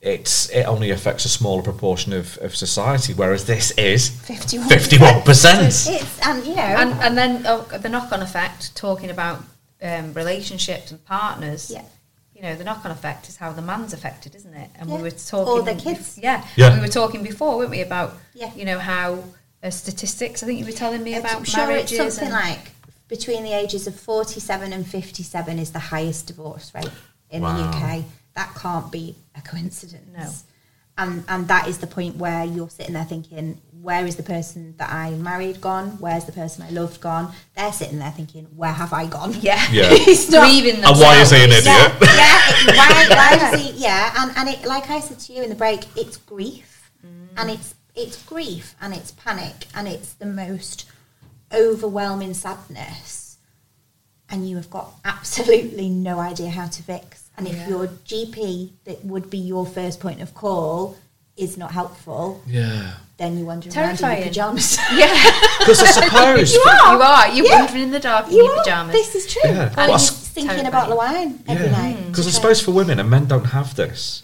S1: it's it only affects a smaller proportion of, of society. Whereas this is
S4: 51%.
S1: fifty-one percent.
S4: It's and you know
S2: And, and then oh, the knock on effect, talking about um, relationships and partners.
S4: Yeah.
S2: You know, the knock on effect is how the man's affected, isn't it? And we
S4: Yeah.
S2: were talking.
S4: Or the kids.
S2: Yeah.
S1: Yeah.
S2: We were talking before, weren't we, about,
S4: Yeah.
S2: you know, how uh, statistics, I think you were telling me
S4: it's-
S2: about
S4: I'm sure it's
S2: marriages.
S4: something
S2: and-
S4: like between the ages of 47 and 57 is the highest divorce rate in the
S1: Wow.
S4: UK. That can't be a coincidence.
S2: No.
S4: And and that is the point where you're sitting there thinking, where is the person that I married gone? Where's the person I loved gone? They're sitting there thinking, where have I gone?
S2: yeah.
S1: Yeah.
S4: It's not-
S2: Grieving
S1: And why is he an
S2: themselves.
S1: idiot?
S4: Yeah, yeah. it- Why, why does he? Yeah, and and it, like I said to you in the break, it's grief,
S2: Mm.
S4: and it's it's grief, and it's panic, and it's the most overwhelming sadness, and you have got absolutely no idea how to fix. And if
S2: Yeah.
S4: your GP, that would be your first point of call, is not helpful,
S1: Yeah,
S4: then you wander around in
S2: Terrifying.
S4: your pajamas.
S1: because I suppose
S2: You are. You are. You're
S4: Yeah.
S2: wandering in the dark
S4: you
S2: in your
S4: are.
S2: pajamas.
S4: This is true.
S1: Yeah. Mm.
S4: And
S1: Well,
S4: you're
S1: I s-
S4: thinking
S2: Terrifying.
S4: about the wine every night.
S1: Because I suppose for women and men don't have this.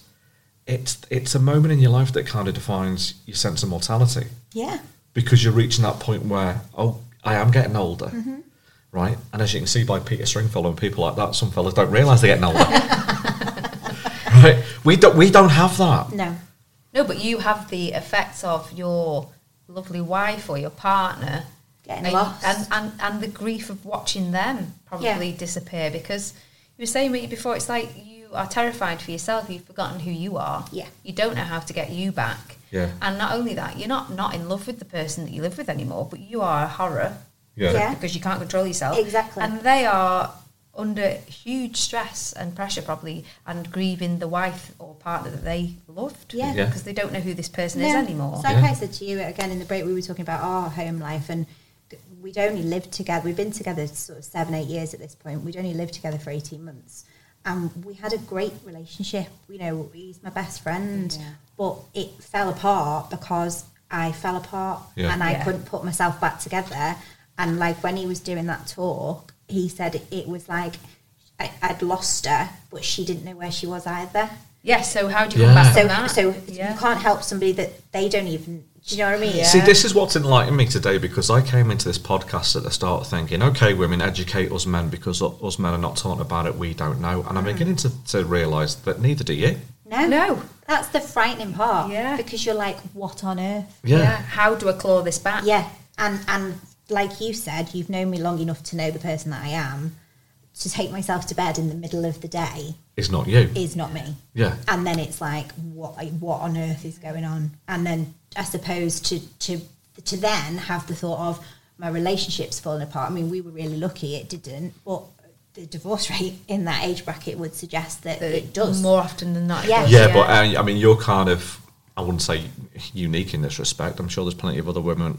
S1: It's it's a moment in your life that kind of defines your sense of mortality
S4: Yeah.
S1: because you're reaching that point where oh I am getting older, right? And as you can see by Peter Stringfellow and people like that, some fellas don't realise they're getting older. right? We don't we don't have that.
S4: No.
S2: No, but you have the effects of your lovely wife or your partner
S4: Getting
S2: and,
S4: lost.
S2: And, and and the grief of watching them probably disappear because you were saying me before it's like you are terrified for yourself. You've forgotten who you are.
S4: Yeah.
S2: You don't know how to get you back.
S1: Yeah.
S2: And not only that, you're not not in love with the person that you live with anymore, but you are a horror
S4: Yeah.
S2: because you can't control yourself.
S4: Exactly.
S2: And they are under huge stress and pressure, probably, and grieving the wife or partner that they loved.
S4: Yeah.
S1: Yeah.
S2: Because they don't know who this person is
S4: No.
S2: anymore.
S4: So like
S1: Yeah.
S4: I said to you again in the break, we were talking about our home life and g- we'd only lived together. We've been together sort of seven, eight years at this point. We'd only lived together for eighteen months, and we had a great relationship. You know, he's my best friend,
S2: Yeah.
S4: but it fell apart because I fell apart
S1: Yeah.
S4: and I
S2: Yeah.
S4: couldn't put myself back together. And like when he was doing that talk, he said it, it was like I, I'd lost her, but she didn't know where she was either.
S2: Yeah, so how do you come
S1: Yeah.
S2: back
S4: So,
S2: from that?
S4: so
S2: yeah.
S4: you can't help somebody that they don't even. Do you know what I mean?
S2: Yeah.
S1: See, this is what's enlightened me today because I came into this podcast at the start thinking, okay, women, educate us men because u- us men are not taught about it, we don't know. And I'm beginning to, to realise that neither do you.
S4: No,
S2: No.
S4: That's the frightening part.
S2: Yeah.
S4: Because you're like, what on earth?
S2: yeah.
S1: Yeah.
S2: How do I claw this back?
S4: Yeah. And and like you said, you've known me long enough to know the person that I am. To take myself to bed in the middle of the day
S1: It's not you.
S4: is not me.
S1: Yeah.
S4: And then it's like, what what on earth is going on? And then I suppose to to to then have the thought of my relationship's falling apart. I mean, we were really lucky it didn't, but the divorce rate in that age bracket would suggest that,
S2: That
S4: it does.
S2: Uh, More often than not. it
S4: Yeah.
S2: does,
S1: Yeah, but uh, I mean, you're kind of, I wouldn't say unique in this respect. I'm sure there's plenty of other women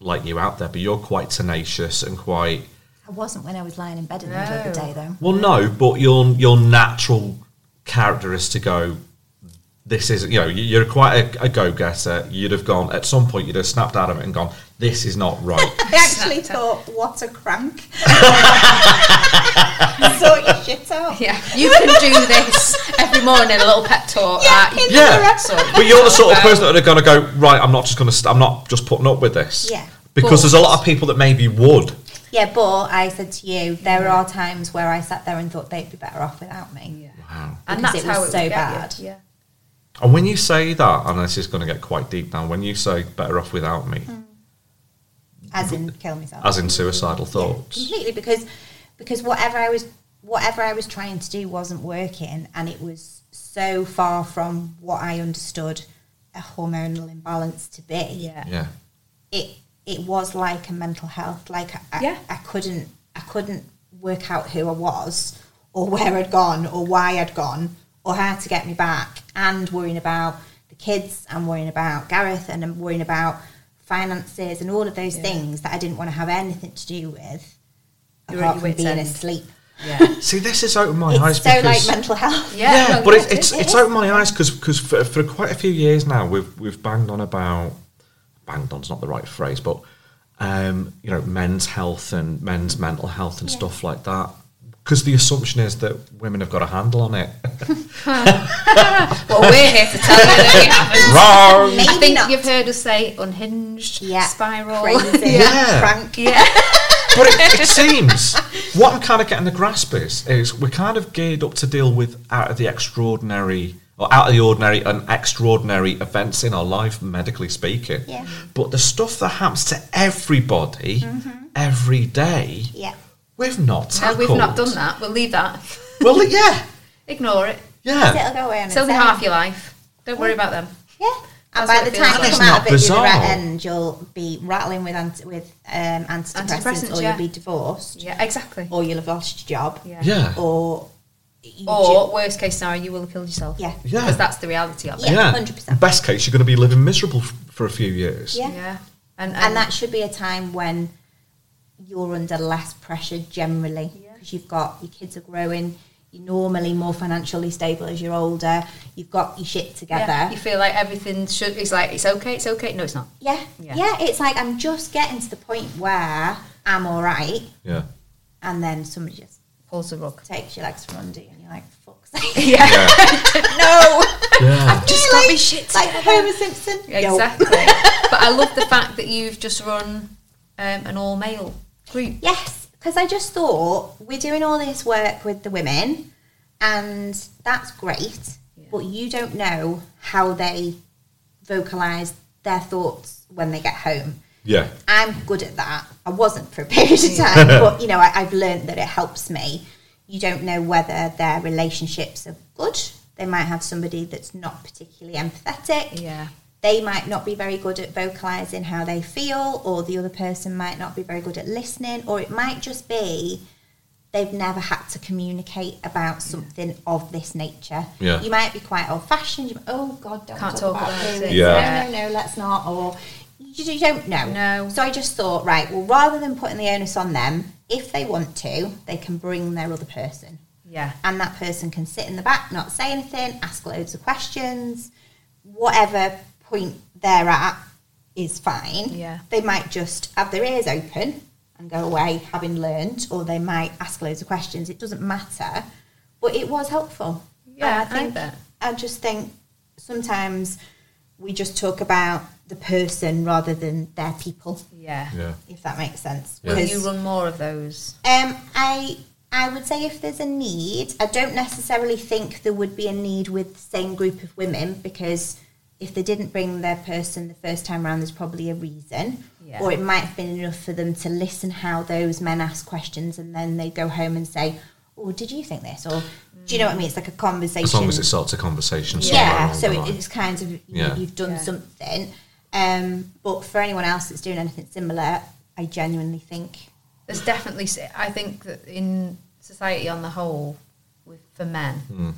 S1: like you out there, but you're quite tenacious and quite.
S3: I wasn't when I was lying in bed in the middle of the
S2: No.
S3: day, though.
S1: Well, no, but your your natural character is to go. This is you know you- you're quite a, a go getter. You'd have gone at some point. You'd have snapped out of it and gone. This is not right.
S4: I actually thought, what a crank. sort your shit out.
S2: Yeah, you can do this every morning. A little pep talk.
S4: Yeah,
S2: uh, you
S4: in
S2: can
S1: Yeah.
S2: do that.
S1: but you're Um, the sort of person that are going to go right. I'm not just going to. I'm not just putting up with this.
S4: Yeah.
S1: Because there's a lot of people that maybe would.
S4: Yeah, but I said to you, there are times where I sat there and thought they'd be better off without me.
S2: Yeah.
S1: Wow.
S2: and
S4: Because
S2: that's
S4: it was
S2: how
S4: so
S2: would get you.
S4: bad.
S2: Yeah.
S1: And when you say that, and this is going to get quite deep now, when you say better off without me,
S4: As in kill myself.
S1: as in suicidal thoughts,
S4: Completely because because whatever I was whatever I was trying to do wasn't working and it was so far from what I understood a hormonal imbalance to be.
S2: Yeah.
S1: yeah.
S4: it it was like a mental health like I,
S2: Yeah.
S4: I couldn't I couldn't work out who I was or where I'd gone or why I'd gone or how to get me back and worrying about the kids and worrying about Gareth and I'm worrying about finances and all of those
S2: Yeah.
S4: things that I didn't want to have anything to do with
S2: You're at
S4: apart
S2: your
S4: from
S2: wits'
S4: being
S2: end.
S4: asleep
S2: Yeah.
S1: See, this has opened my eyes
S4: it's so like
S1: because.
S4: mental health
S2: Yeah. no,
S1: but
S2: yeah,
S1: it, it's
S2: is.
S1: it's opened my eyes because for, for quite a few years now we've we've banged on about banged on's not the right phrase, but um, you know men's health and men's mental health and stuff like that. Because the assumption is that women have got a handle on it.
S2: Well, we're here to tell you that you haven't.
S1: Wrong.
S4: Maybe
S2: I think
S4: not.
S2: you've heard us say unhinged,
S4: yeah
S2: spiral.
S4: crazy
S1: Yeah.
S4: crank
S2: Yeah.
S1: but it, it seems what I'm kind of getting the grasp is is we're kind of geared up to deal with out of the extraordinary or out of the ordinary and extraordinary events in our life, medically speaking.
S4: Yeah.
S1: But the stuff that happens to everybody every day,
S4: yeah
S1: we've not
S2: No,
S1: tackled.
S2: we've not done that. We'll leave that.
S1: Well, yeah,
S2: Ignore it.
S1: yeah.
S4: it'll go away on
S2: It's only
S4: its own.
S2: half your life. Don't worry about them.
S4: Yeah.
S2: That's
S4: And by
S2: what
S4: the
S2: it feels
S4: time
S2: like.
S4: you
S1: It's
S4: come out
S1: not
S4: of it the
S1: bizarre.
S4: other end, you'll be rattling with anti- with um, antidepressants,
S2: Antidepressants,
S4: or
S2: yeah.
S4: you'll be divorced,
S2: Yeah, exactly.
S4: or you'll have lost your job,
S2: Yeah.
S1: Yeah.
S4: or you
S2: Or um, worst case scenario, you will have killed yourself.
S4: ju- yeah,
S1: Yeah.
S2: Because that's the reality of it.
S1: Yeah.
S4: yeah, 100%.
S1: Best case, you're going to be living miserable f- for a few years.
S4: Yeah.
S2: And, and,
S4: and that should be a time when you're under less pressure generally
S2: Yeah.
S4: because you've got your kids are growing. You're normally more financially stable as you're older. You've got your shit together.
S2: yeah, you feel like everything should. It's like it's okay. It's okay. No, it's not.
S4: yeah,
S2: Yeah.
S4: yeah. It's like I'm just getting to the point where I'm all right,
S1: Yeah.
S4: and then somebody just
S2: Pulls the rug.
S4: takes your legs from under you and you're like, fuck's sake.
S2: Yeah.
S1: Yeah.
S4: no!
S1: yeah.
S2: Just got me shit.
S4: Like Homer Simpson?
S2: Exactly. but I love the fact that you've just run um, an all male group.
S4: Yes, because I just thought we're doing all this work with the women and that's great,
S2: Yeah.
S4: but you don't know how they vocalise their thoughts when they get home.
S1: Yeah.
S4: I'm good at that. I wasn't for a period of time, but you know, I, I've learned that it helps me. You don't know whether their relationships are good. They might have somebody that's not particularly empathetic.
S2: Yeah.
S4: They might not be very good at vocalizing how they feel, or the other person might not be very good at listening, or it might just be they've never had to communicate about something of this nature.
S1: Yeah.
S4: You might be quite old fashioned. You might, oh God, don't
S2: Can't
S4: talk,
S2: talk
S4: about,
S2: about
S4: this.
S2: it.
S1: Yeah.
S4: No, no, no, let's not. Or you, you don't know.
S2: No.
S4: So I just thought, right, well, rather than putting the onus on them, if they want to, they can bring their other person.
S2: Yeah.
S4: And that person can sit in the back, not say anything, ask loads of questions, whatever point they're at is fine.
S2: Yeah.
S4: They might just have their ears open and go away having learned, or they might ask loads of questions. It doesn't matter. But it was helpful.
S2: Yeah,
S4: And I think
S2: I bet.
S4: I just think sometimes we just talk about the person rather than their people,
S2: Yeah.
S1: Yeah.
S4: if that makes sense.
S1: Yeah.
S2: Will
S4: Because,
S2: you run more of those?
S4: um, I I would say if there's a need, I don't necessarily think there would be a need with the same group of women because if they didn't bring their person the first time round, there's probably a reason,
S2: Yeah.
S4: or it might have been enough for them to listen how those men ask questions, and then they go home and say, "Oh, did you think this?" or "Do you know what I mean?" It's like a conversation
S1: As long as it starts a conversation. somewhere
S4: yeah
S1: along
S4: so
S1: the
S4: it,
S1: line.
S4: it's kind of you-
S1: Yeah.
S4: you've done
S2: Yeah.
S4: something um, but for anyone else that's doing anything similar i genuinely think
S2: There's definitely, s- I think that in society on the whole, with, for men,
S1: Hmm.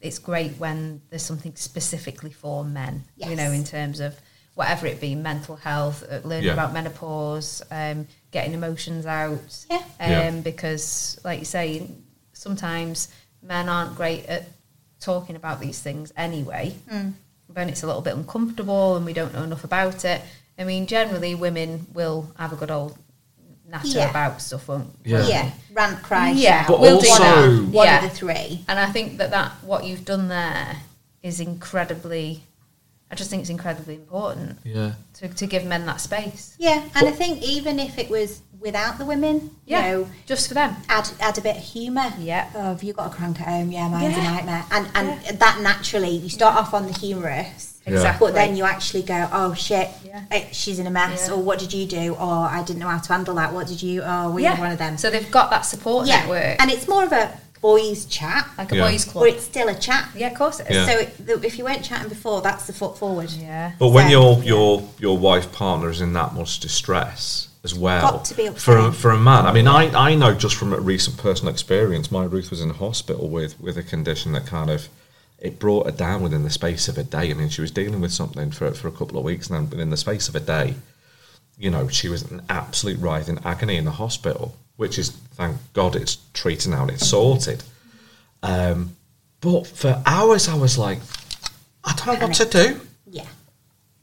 S2: it's great when there's something specifically for men, you know,
S4: Yes.
S2: in terms of whatever it be mental health, uh, learning
S1: Yeah.
S2: about menopause, um, getting emotions out.
S4: Yeah.
S2: Um,
S1: Yeah.
S2: Because, like you say, sometimes men aren't great at talking about these things anyway. When it's a little bit uncomfortable and we don't know enough about it. I mean, generally, women will have a good old natter
S4: Yeah.
S2: about stuff, won't
S1: Yeah.
S4: yeah, rant cry
S2: Yeah.
S4: shout
S1: But
S4: one
S1: also-
S4: of- one
S2: Yeah.
S4: of the three
S2: And I think that, that what you've done there is incredibly, I just think it's incredibly important
S1: yeah.
S2: to, to give men that space.
S4: yeah and i think even if it was without the women
S2: Yeah.
S4: you know
S2: Just for them.
S4: add add a bit of humour.
S2: Yeah.
S4: Oh, have you got a crank at home? Yeah, mine's
S2: Yeah.
S4: a nightmare. And and that naturally, you start off on the humorous,
S2: Yeah. Exactly.
S4: But then you actually go, oh shit,
S2: Yeah.
S4: eh, she's in a mess.
S2: Yeah.
S4: Or what did you do? Or I didn't know how to handle that. What did you? Oh, we were one of them.
S2: So they've got that support
S4: yeah,
S2: network.
S4: and it's more of a boys' chat,
S2: like a
S1: Yeah.
S2: boys'
S4: but
S2: club.
S4: it's still a chat.
S2: Yeah, of course it is.
S1: Yeah.
S4: So it, th- if you weren't chatting before, that's the foot forward.
S2: Yeah.
S1: But when
S4: So-
S1: your your your wife partner is in that much distress as well,
S4: Got to be upfront.
S1: for a, for a man. I mean, I, I know just from a recent personal experience, my Ruth was in hospital with with a condition that kind of it brought her down within the space of a day. I mean, she was dealing with something for for a couple of weeks, and then within the space of a day, you know, she was an absolute writhing agony in the hospital, which is thank God it's treated now and it's sorted. Um, but for hours, I was like, I don't know what to do.
S4: Yeah.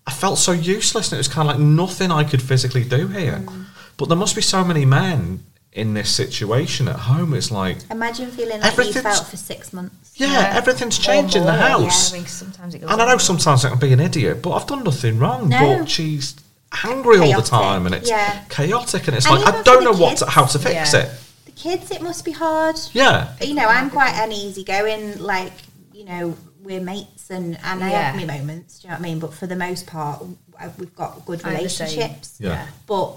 S1: I felt so useless, and it was kind of like nothing I could physically do here.
S4: Mm.
S1: But there must be so many men in this situation at home. It's like,
S4: Imagine feeling like you
S1: Everything's-
S4: felt for six months.
S1: yeah,
S2: Yeah.
S1: everything's changed in the
S2: Or more,
S1: house.
S2: Yeah, I mean, sometimes it goes
S1: And I know
S2: on.
S1: sometimes I can be an idiot, but I've done nothing wrong.
S4: No.
S1: But she's angry all the
S4: Chaotic,
S1: time, and it's
S4: yeah.
S1: chaotic, and it's
S4: And
S1: like I
S4: even
S1: don't
S4: for the
S1: know what to,
S4: kids.
S1: how to fix
S2: Yeah.
S1: it.
S4: The kids, it must be hard.
S1: Yeah,
S4: you know, I'm quite an easygoing, like, you know, we're mates and, and I have
S2: Yeah.
S4: my moments, do you know what I mean? But for the most part, I- we've got good
S2: I'm the same.
S4: relationships.
S1: Yeah.
S4: But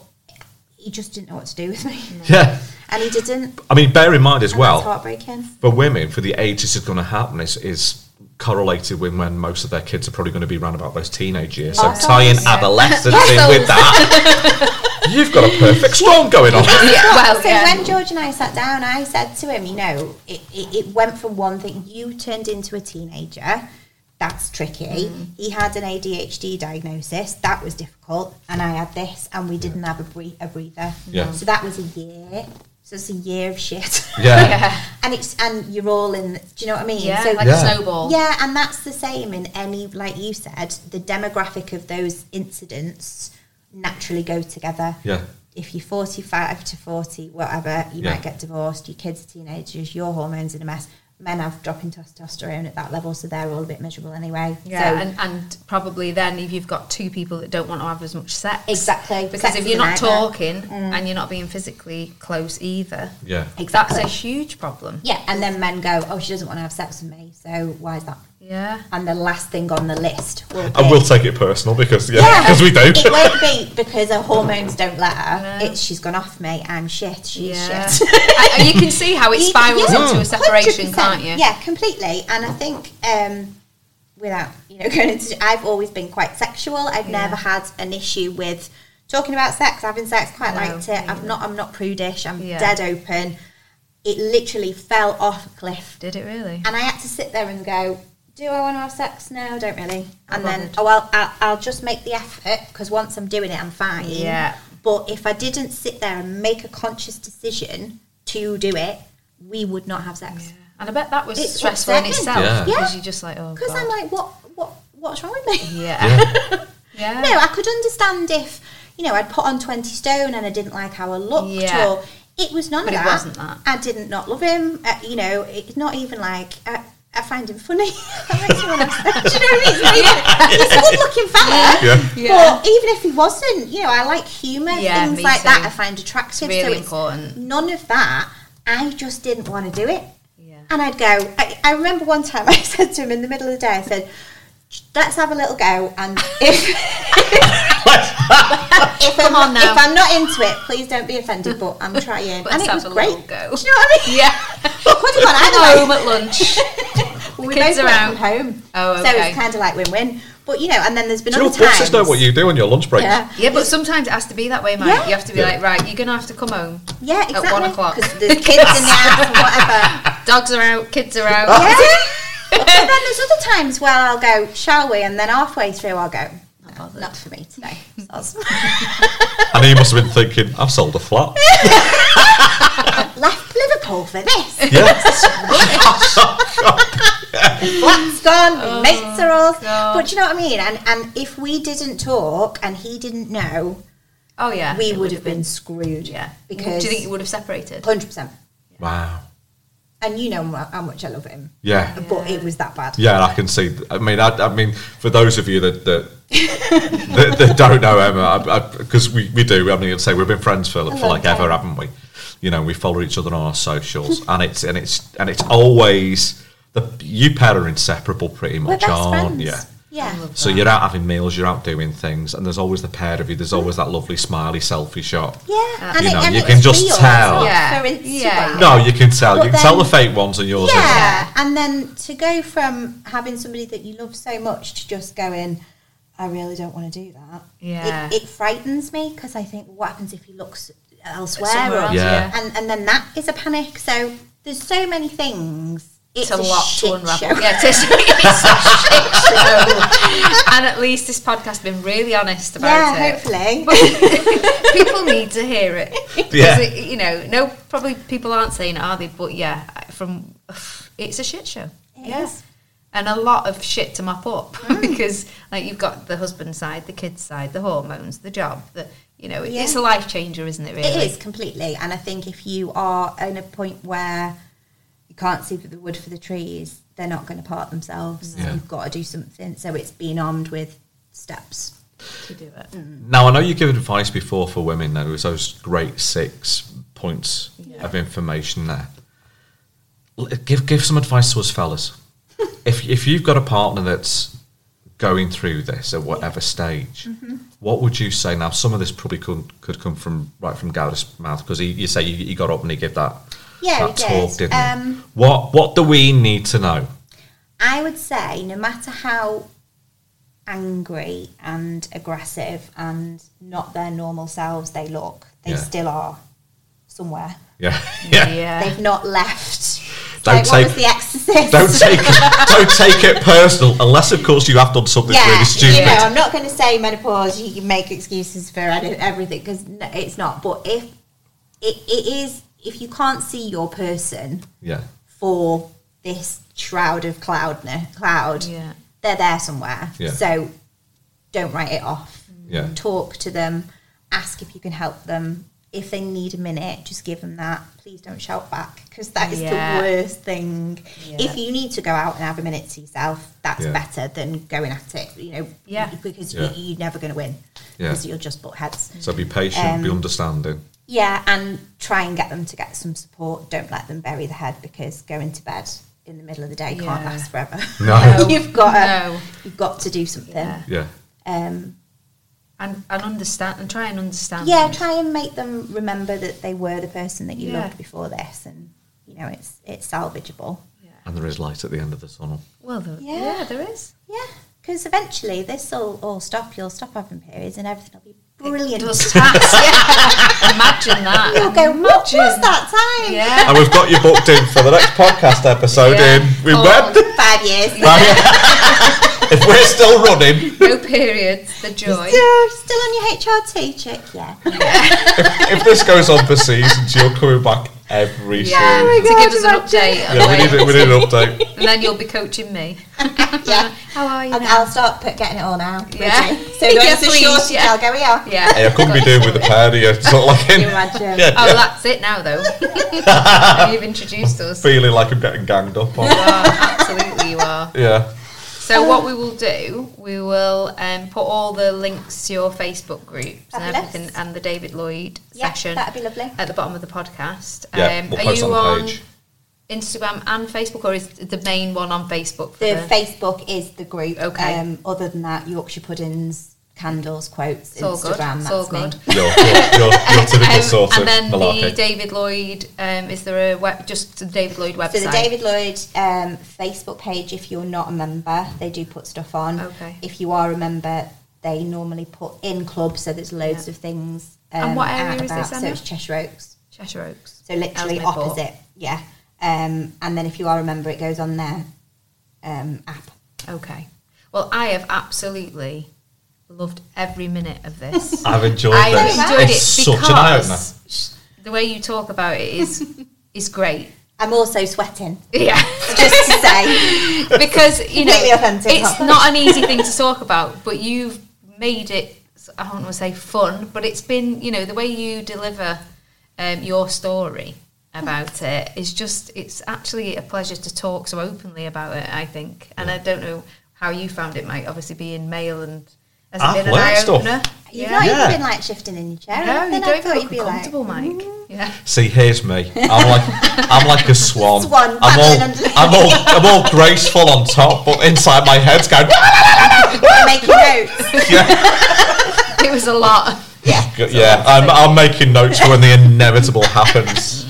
S4: he just didn't know what to do with me.
S1: yeah.
S4: And he didn't.
S1: I mean, bear in mind as
S4: And
S1: well,
S4: That's heartbreaking.
S1: for women, for the age this is going to happen, is, is correlated with when most of their kids are probably going to be around about those teenage years. So
S4: Arseholes.
S1: tying
S2: Yeah.
S1: adolescence in
S2: Arseholes.
S1: with that, you've got a perfect storm going on.
S2: Yeah, well,
S4: so
S2: yeah.
S4: when George and I sat down, I said to him, you know, it, it, it went from one thing. You turned into a teenager. That's tricky. He had an ADHD diagnosis. That was difficult. And I had this, and we didn't have a, bre- a breather.
S1: Yeah.
S4: So that was a year. So it's a year of shit.
S1: Yeah,
S2: yeah.
S4: and it's and you're all in. Do you know what I mean?
S2: Yeah,
S4: so
S2: like
S1: Yeah.
S2: a snowball.
S4: yeah, and that's the same in any, like you said, the demographic of those incidents naturally go together.
S1: Yeah.
S4: If you're 45 to 40, whatever, you
S1: Yeah.
S4: might get divorced, your kids are teenagers, your hormones in a mess. Men have dropping testosterone at that level, so they're all a bit miserable anyway.
S2: Yeah,
S4: so,
S2: and, and probably then if you've got two people that don't want to have as much sex.
S4: Exactly.
S2: Because
S4: Sex
S2: if
S4: is Mm.
S2: you're
S4: a
S2: not
S4: nightmare.
S2: talking and you're not being physically close either,
S1: yeah,
S2: that's a huge problem.
S4: yeah, and then men go, oh, she doesn't want to have sex with me, so why is that?
S2: Yeah.
S4: And the last thing on the list will
S1: I will
S4: be-
S1: take it personal because yeah,
S4: Yeah.
S1: because we do.
S4: It won't be because her hormones don't let her.
S2: No.
S4: It's she's gone off me. I'm shit. She's
S2: Yeah.
S4: shit.
S2: And- and you can see how it
S4: You-
S2: spirals
S4: yeah,
S2: into a separation,
S4: 100%.
S2: can't you?
S4: Yeah, completely. And I think um, without you know going into, I've always been quite sexual. I've
S2: Yeah.
S4: never had an issue with talking about sex, having sex. Quite
S2: No,
S4: liked
S2: me
S4: it. I'm not. I'm not prudish. I'm
S2: Yeah.
S4: dead open. It literally fell off a cliff,
S2: Did it really?
S4: and I had to sit there and go. do I want to have sex now? Don't really.
S2: Not
S4: And then,
S2: bothered.
S4: oh well, I'll, I'll just make the effort because once I'm doing it, I'm fine.
S2: Yeah.
S4: But if I didn't sit there and make a conscious decision to do it, we would not have sex.
S2: And I bet that was
S4: It's
S2: stressful in
S4: upsetting.
S1: Yeah.
S2: itself because
S4: Yeah.
S2: you're just like, oh,
S4: Because
S2: God.
S4: I'm like, what, what, what's wrong with me?
S2: yeah, yeah,
S4: No, I could understand if you know I'd put on twenty stone and I didn't like how I looked,
S2: Yeah.
S4: or it was none
S2: But it
S4: of that.
S2: wasn't that.
S4: I didn't not love him. Uh, you know, it's not even like I, I find him funny. I like to wanna- Do you know what I mean? It's not even- He's a good-looking fella.
S1: Yeah.
S2: Yeah.
S4: But even if he wasn't, you know, I like humour,
S2: Yeah,
S4: things
S2: me
S4: like that.
S2: too.
S4: I find attractive. so Mm.
S2: really
S4: it's
S2: important.
S4: none of that. I just didn't want to do it.
S2: Yeah.
S4: And I'd go, I, I remember one time I said to him in the middle of the day, I said, let's have a little go. And if, if, I'm,
S2: Come on now.
S4: if I'm not into it, please don't be offended, but I'm trying.
S2: Let's
S4: and it
S2: have
S4: was
S2: a
S4: great.
S2: little go.
S4: Do you know what I mean?
S2: Yeah.
S4: Could have gone either way.
S2: Home at lunch.
S4: We
S2: kids are
S4: both work
S2: out.
S4: from home.
S2: Oh,
S4: So
S2: okay.
S4: it's kind of like win win. But, you know, and then there's been
S1: Do you know
S4: other times.
S1: bosses know what you do on your lunch break?
S4: Yeah.
S2: Yeah, but sometimes it has to be that way, Mike.
S4: Yeah.
S2: You have to be
S1: Yeah.
S2: like, right, you're gonna have to come home.
S4: Yeah, exactly.
S2: one o'clock.
S4: Because there's kids in the house and whatever.
S2: Dogs are out, kids are out.
S4: Yeah. but then there's other times where I'll go, shall we? And then halfway through, I'll go, "No,
S2: bothered."
S4: not for me today. Soz.
S1: And he must have been thinking, I've sold a flat.
S4: Left Liverpool for this.
S1: Yeah.
S4: Flat's gone. My mates are all.
S2: Oh, God.
S4: But do you know what I mean? And and if we didn't talk and he didn't know,
S2: Oh yeah.
S4: we
S2: it
S4: would have been
S2: been-
S4: screwed.
S2: Yeah.
S4: Because
S2: do you think you would have separated?
S4: hundred percent.
S1: Wow.
S4: And you know mu- how much I love him,
S1: Yeah.
S4: but it was that bad.
S1: Yeah, and I can see. I mean, I, I mean, for those of you that that, that, that don't know Emma, because we, we do. I mean, I'd say we've been friends for, for
S4: long
S1: like
S4: time.
S1: ever, haven't we? You know, we follow each other on our socials, and it's and it's and it's always the you pair are inseparable, pretty
S4: We're
S1: much,
S4: best
S1: aren't
S4: friends.
S1: you?
S2: I
S4: Yeah.
S2: love
S1: So
S2: that.
S1: you're out having meals, you're out doing things, and there's always the pair of you. There's always that lovely smiley selfie shot.
S4: Yeah. And
S1: You
S4: it,
S1: know,
S4: and
S1: you
S4: it's
S1: can just
S4: real, it's
S1: tell.
S4: not
S2: Yeah.
S4: for Instagram.
S2: Yeah.
S1: No, you can tell.
S4: But
S1: you can tell
S4: then-
S1: the fake ones and yours. isn't it?
S4: Yeah, and then to go from having somebody that you love so much to just going, I really don't want to do that.
S2: Yeah.
S4: it, it frightens me because I think what happens if he looks elsewhere,
S2: Somewhere
S4: or-
S2: else,
S1: Yeah. yeah.
S4: and and then that is a panic. So there's so many things.
S2: It's a, lot
S4: shit
S2: to unravel.
S4: show.
S2: Yeah, it is. it's a shit show. And at least this podcast has been really honest about
S4: Yeah,
S2: it.
S4: hopefully.
S2: people need to hear it. 'Cause
S1: Yeah.
S2: it- you know, no, probably people aren't saying it, are they? But yeah, I- from it's a shit show.
S4: It
S2: Yeah.
S4: is.
S2: And a lot of shit to mop up
S4: Mm.
S2: because like you've got the husband side, the kids side, the hormones, the job. The you know, it-
S4: Yeah.
S2: it's a life changer, isn't it? Really,
S4: It is completely, and I think if you are in a point where you can't see the wood for the trees, they're not going to part themselves.
S1: Yeah.
S4: You've got to do something. So it's being armed with steps.
S2: to do it.
S4: Mm.
S1: Now I know you give advice before for women. There was those great six points of information there. L- Give give some advice to us, fellas. if if you've got a partner that's going through this at whatever stage,
S4: Mm-hmm.
S1: what would you say? Now some of this probably could could come from right from Gareth's mouth because he you say he, he got up and he gave that
S4: Yeah,
S1: that
S4: he did.
S1: talk, didn't he?
S4: Um,
S1: What what do we need to know?
S4: I would say no matter how angry and aggressive and not their normal selves they look, they
S1: Yeah.
S4: still are somewhere.
S1: Yeah, yeah.
S4: They've not left. It's
S1: Don't
S4: like, what was
S1: take-
S4: the exorcist?
S1: Don't take it, don't take it personal unless of course you have done something really stupid.
S4: You know, I'm not going to say menopause. You can make excuses for any- everything because it's not. But if it, it is, if you can't see your person
S1: Yeah.
S4: for this shroud of cloud, cloud,
S2: Yeah.
S4: they're there somewhere.
S1: Yeah.
S4: So don't write it off.
S1: Yeah.
S4: Talk to them. Ask if you can help them. If they need a minute, just give them that. Please don't shout back because that is
S2: Yeah.
S4: the worst thing.
S2: Yeah.
S4: If you need to go out and have a minute to yourself, that's
S1: Yeah.
S4: better than going at it. You know,
S2: Yeah.
S4: because
S1: Yeah.
S4: You, you're never going to win
S1: Yeah.
S4: because you'll just butt heads.
S1: So be patient, be
S4: Um,
S1: understanding.
S4: Yeah, and try and get them to get some support. Don't let them bury the head because going to bed in the middle of the day can't
S2: Yeah.
S4: last forever.
S1: No.
S2: No.
S4: you've got to,
S2: No.
S4: you've got to do something.
S2: Yeah.
S1: Yeah.
S4: Um,
S2: and and understand and try and understand.
S4: yeah, try and make them remember that they were the person that you
S2: Yeah.
S4: loved before this, and you know it's it's salvageable.
S2: Yeah.
S1: And there is light at the end of the tunnel.
S2: Well, there,
S4: Yeah.
S2: yeah, there is.
S4: Yeah, because eventually this will all stop. You'll stop having periods, and everything will be brilliant.
S2: It does pass, yeah. Imagine that.
S4: You'll go, what was
S2: Imagine.
S4: that time?
S2: Yeah.
S1: And we've got you booked in for the next podcast episode
S2: Yeah.
S1: in we
S2: Oh.
S1: went
S4: Five five years.
S1: if we're still running,
S2: No periods, the joy.
S4: Still, still on your HRT check, yeah.
S1: if this goes on for seasons, you're coming back every
S2: Yeah,
S1: season.
S2: to
S4: Oh God,
S2: give us an
S4: imagine.
S2: update. on
S1: Yeah, we
S2: where-
S1: need, a, we need an update.
S2: and then you'll be coaching me.
S4: yeah.
S2: How are you?
S4: And
S2: now?
S4: I'll start put, getting it all now.
S2: Yeah.
S4: ready. So going
S2: Yeah,
S4: to
S2: please,
S4: short
S2: yeah.
S4: yeah. go we are.
S2: yeah.
S1: Hey, I couldn't be doing with a pair of you. It's not like
S4: Can you
S1: I'm
S4: imagine?
S1: Yeah.
S2: Oh, that's it now, though. You've introduced us.
S1: feeling like I'm getting ganged up
S2: You
S1: on.
S2: are, absolutely, you are.
S1: Yeah.
S2: So, what we will do, we will um, put all the links to your Facebook groups and
S4: Fabulous.
S2: everything and the David Lloyd
S4: Yeah,
S2: section Uh,
S4: that'd be lovely.
S2: at the bottom of the podcast.
S1: Yeah, we'll
S2: Um, are
S1: post
S2: you
S1: on the page.
S2: Instagram and Facebook, or is the main one on Facebook? For
S4: The Facebook is the group.
S2: uh, Okay.
S4: Um, other than that, Yorkshire puddings, candles, quotes,
S2: It's all good.
S4: Instagram.
S2: It's
S4: that's
S2: all
S4: me.
S2: good.
S1: Your, your, your, your typical
S2: Um,
S1: sort of
S2: and then the
S1: malarkey.
S2: David Lloyd, um, is there a web, just the David Lloyd website?
S4: So the David Lloyd um, Facebook page, if you're not a member, they do put stuff on.
S2: Okay.
S4: If you are a member, they normally put in clubs, so there's loads
S2: Yeah.
S4: of things. um,
S2: And what area
S4: out
S2: is this,
S4: about. So
S2: Emma?
S4: it's Cheshire Oaks.
S2: Cheshire Oaks.
S4: So literally
S2: Ellesmere Port.
S4: opposite. Yeah. Um, and then if you are a member, it goes on their um, app.
S2: Okay. Well, I have absolutely loved every minute of this.
S1: I've enjoyed
S2: I
S1: this.
S2: enjoyed it
S1: it's such an eye opener.
S2: because sh- the way you talk about it is is great.
S4: I'm also sweating,
S2: Yeah,
S4: just to say.
S2: because you know
S4: Completely authentic,
S2: it's
S4: huh?
S2: not an easy thing to talk about, but you've made it. I don't want to say fun, but it's been you know the way you deliver um, your story about it
S4: Mm-hmm.
S2: is just it's actually a pleasure to talk so openly about it. I think, and I don't know how you found it, Mike. Obviously, being male and has it
S1: I've
S2: been an
S1: learned
S2: eye
S1: stuff.
S2: opener?
S4: You've not
S1: Yeah.
S4: even been like shifting in your chair. or
S2: No, you
S4: anything. I
S2: don't
S4: thought
S2: even
S4: you'd
S2: look
S4: be like
S2: comfortable, Mike. Yeah.
S1: See, here's me. I'm like, I'm like a swan.
S4: Swan
S1: I'm all,
S4: paddling under-
S1: I'm all, I'm all graceful on top, but inside my head's going.
S4: making notes.
S1: Yeah,
S2: it was a lot.
S1: yeah. I'm, I'm making notes for when the inevitable happens.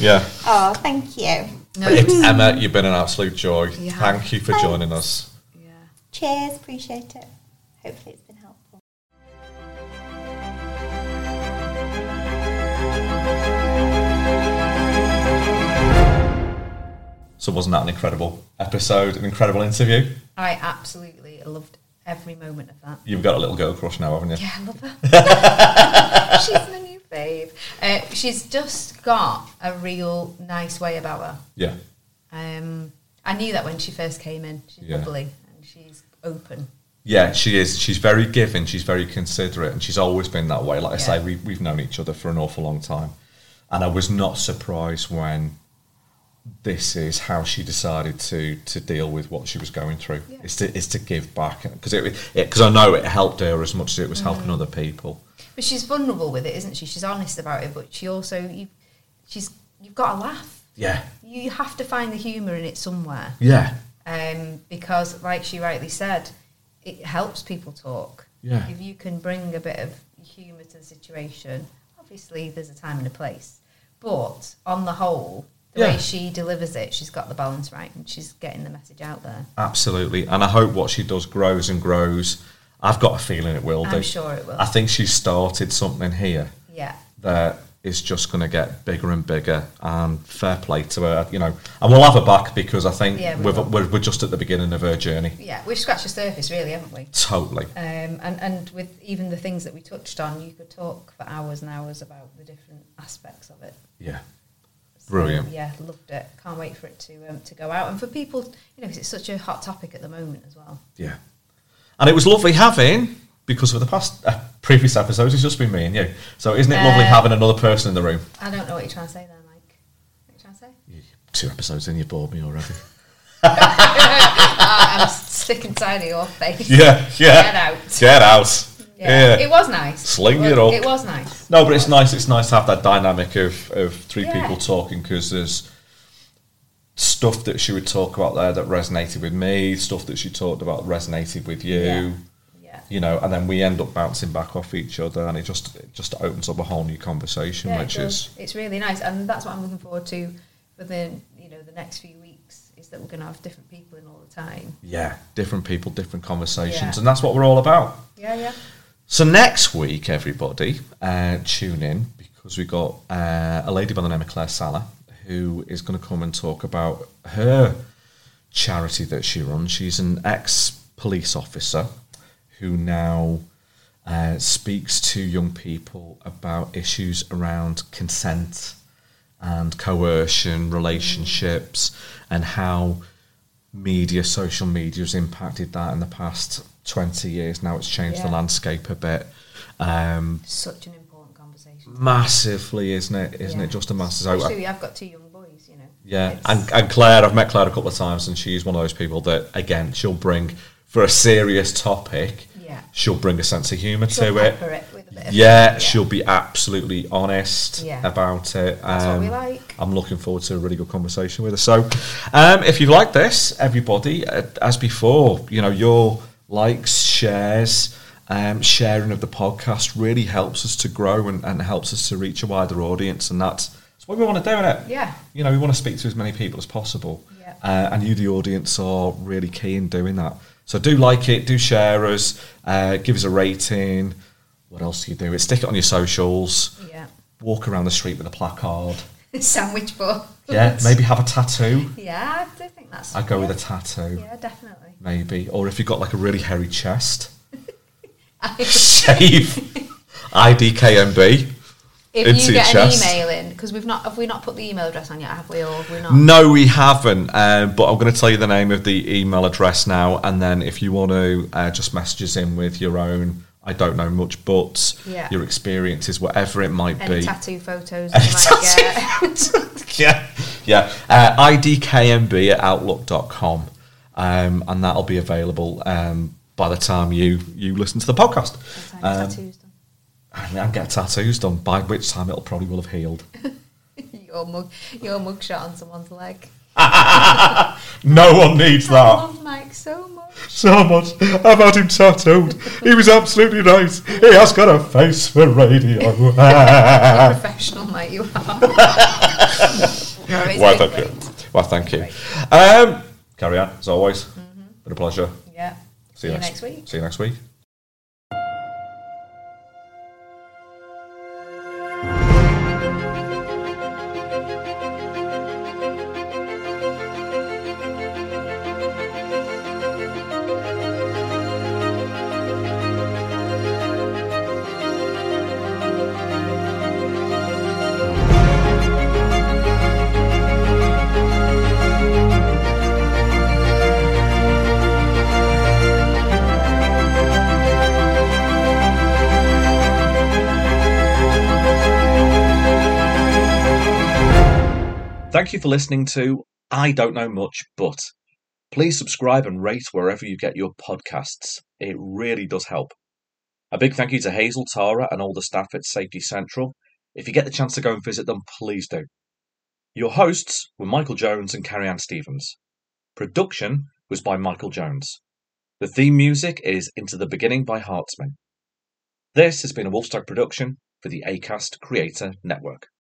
S1: Yeah,
S4: Oh, thank you.
S2: No,
S1: But
S2: it
S1: it's,
S2: was,
S1: Emma, you've been an absolute joy.
S2: You have.
S1: Thank you for joining us.
S2: yeah.
S4: Cheers, appreciate it. Hopefully, it's been helpful.
S1: So wasn't that an incredible episode? An incredible interview.
S2: I absolutely loved every moment of that.
S1: You've got a little girl crush now, haven't you?
S2: Yeah, I love her. she's my new babe. Uh, she's just got a real nice way about her.
S1: Yeah.
S2: Um, I knew that when she first came in. She's
S1: Yeah.
S2: bubbly and she's open.
S1: Yeah, she is. She's very giving. She's very considerate, and she's always been that way. Like I
S2: Yeah.
S1: say, we, we've known each other for an awful long time, and I was not surprised when this is how she decided to to deal with what she was going through.
S2: Yeah.
S1: Is to is to give back because it because I know it helped her as much as
S2: Mm.
S1: it was helping other people.
S2: But she's vulnerable with it, isn't she? She's honest about it, but she also you, she's you've got to laugh.
S1: Yeah,
S2: You have to find the humour in it somewhere.
S1: yeah,
S2: um, because, like she rightly said, it helps people talk.
S1: Yeah.
S2: If you can bring a bit of humour to the situation, obviously there's a time and a place. But on the whole, the
S1: Yeah.
S2: way she delivers it, she's got the balance right and she's getting the message out there.
S1: absolutely. And I hope what she does grows and grows. I've got a feeling it will
S2: I'm
S1: do.
S2: sure it will.
S1: I think she started something here.
S2: yeah.
S1: that is just going to get bigger and bigger. And fair play to her, you know. And we'll have her back because I think
S2: Yeah, we
S1: we've,
S2: will.
S1: we're, we're just at the beginning of her journey.
S2: Yeah. We've scratched the surface, really, haven't we?
S1: Totally.
S2: Um, and, and with even the things that we touched on, you could talk for hours and hours about the different aspects of it.
S1: Yeah.
S2: So,
S1: Brilliant.
S2: yeah, loved it. Can't wait for it to um, to go out and for people, you know, 'cause it's such a hot topic at the moment as well.
S1: Yeah. And it was lovely having because for the past uh, previous episodes, it's just been me and you. So isn't it lovely
S2: Uh,
S1: having another person in the room?
S2: I don't know what you're trying to say there, Mike. What you trying to say?
S1: Two episodes in, you bored me already.
S2: Ah, I'm sick and tired of your face.
S1: yeah, yeah.
S2: Get out.
S1: Get out. Yeah.
S2: It was nice.
S1: Sling
S2: It
S1: it
S2: was-
S1: up.
S2: It was nice.
S1: No, but it's nice. It's nice to have that dynamic of, of three
S2: Yeah.
S1: people talking because there's stuff that she would talk about there that resonated with me, stuff that she talked about resonated with you,
S2: Yeah. Yeah.
S1: you know, and then we end up bouncing back off each other, and it just it just opens up a whole new conversation,
S2: Yeah, it
S1: which
S2: does.
S1: is
S2: it's really nice, and that's what I'm looking forward to for the you know the next few weeks is that we're going to have different people in all the time.
S1: yeah, different people, different conversations,
S2: Yeah.
S1: and that's what we're all about.
S2: Yeah, yeah.
S1: So next week, everybody, uh, tune in because we got uh, a lady by the name of Claire Sala who is going to come and talk about her charity that she runs. She's an ex police officer who now uh, speaks to young people about issues around consent and coercion, relationships, and how media, social media has impacted that in the past 20 years. Now it's changed the
S2: Yeah.
S1: landscape a bit. Um,
S2: Such an important conversation.
S1: massively, isn't it? Isn't
S2: Yeah.
S1: it just a massive? so, uh,
S2: Especially, I've got two young boys, you know.
S1: yeah,
S2: It's-
S1: and, and Claire, I've met Claire a couple of times, and she's one of those people that, again, she'll bring for a serious topic.
S2: Yeah.
S1: she'll bring a sense of humour
S2: She'll
S1: to it.
S2: pepper it with a bit
S1: Yeah,
S2: of-
S1: she'll be absolutely honest
S2: Yeah.
S1: about it. Um,
S2: That's what we like.
S1: I'm looking forward to a really good conversation with her. So, um, if you like this, everybody, uh, as before, you know your likes, shares. Um, sharing of the podcast really helps us to grow and, and helps us to reach a wider audience, and that's, that's what we want to do, innit?
S2: Yeah.
S1: you know, we want to speak to as many people as possible.
S2: Yeah.
S1: Uh, and you, the audience, are really key in doing that. So do like it, do share us, uh, give us a rating. What else do you do? It stick it on your socials.
S2: Yeah.
S1: Walk around the street with a placard.
S2: Sandwich ball.
S1: Yeah, maybe have a tattoo.
S2: Yeah, I do think that's.
S1: I'd go with a
S2: yeah.
S1: tattoo,
S2: Yeah, definitely.
S1: maybe. Or if you've got like a really hairy chest, shave IDKMB.
S2: If
S1: Into
S2: you
S1: your
S2: get
S1: chest.
S2: an email in, because we've not, have we not put the email address on yet? Have we, or we're not?
S1: No, we haven't. Um, but I'm going to tell you the name of the email address now, and then if you want to uh, just message us in with your own, I don't know much, but
S2: Yeah.
S1: your experiences, whatever it might
S2: Any
S1: be.
S2: tattoo photos
S1: Any
S2: you might
S1: tattoo
S2: get.
S1: yeah, yeah. Uh, IDKMB at outlook.com, um, and that'll be available um, by the time you you listen to the podcast.
S2: Sometimes
S1: Um,
S2: tattoos done.
S1: and, and get tattoos done, by which time it'll probably will have healed.
S2: Your mug, your mug shot on someone's leg.
S1: No one needs
S2: I
S1: that.
S2: love Mike so much.
S1: so much. I've had him tattooed. He was absolutely nice. He has got a face for radio.
S2: Professional, Mike, you are. You're always
S1: Why,
S2: been
S1: thank you.
S2: great.
S1: Well, thank you. Um, carry on, as always. Been a pleasure.
S2: Yeah.
S1: Mm-hmm. See you, next,
S2: week.
S1: See you next week. Thank you for listening to I Don't Know Much But. Please subscribe and rate wherever you get your podcasts. It really does help. A big thank you to Hazel, Tara, and all the staff at Safety Central. If you get the chance to go and visit them, please do. Your hosts were Michael Jones and Carrie Ann Stevens. Production was by Michael Jones. The theme music is Into the Beginning by Hartsman. This has been a Wolfstag production for the ACAST Creator Network.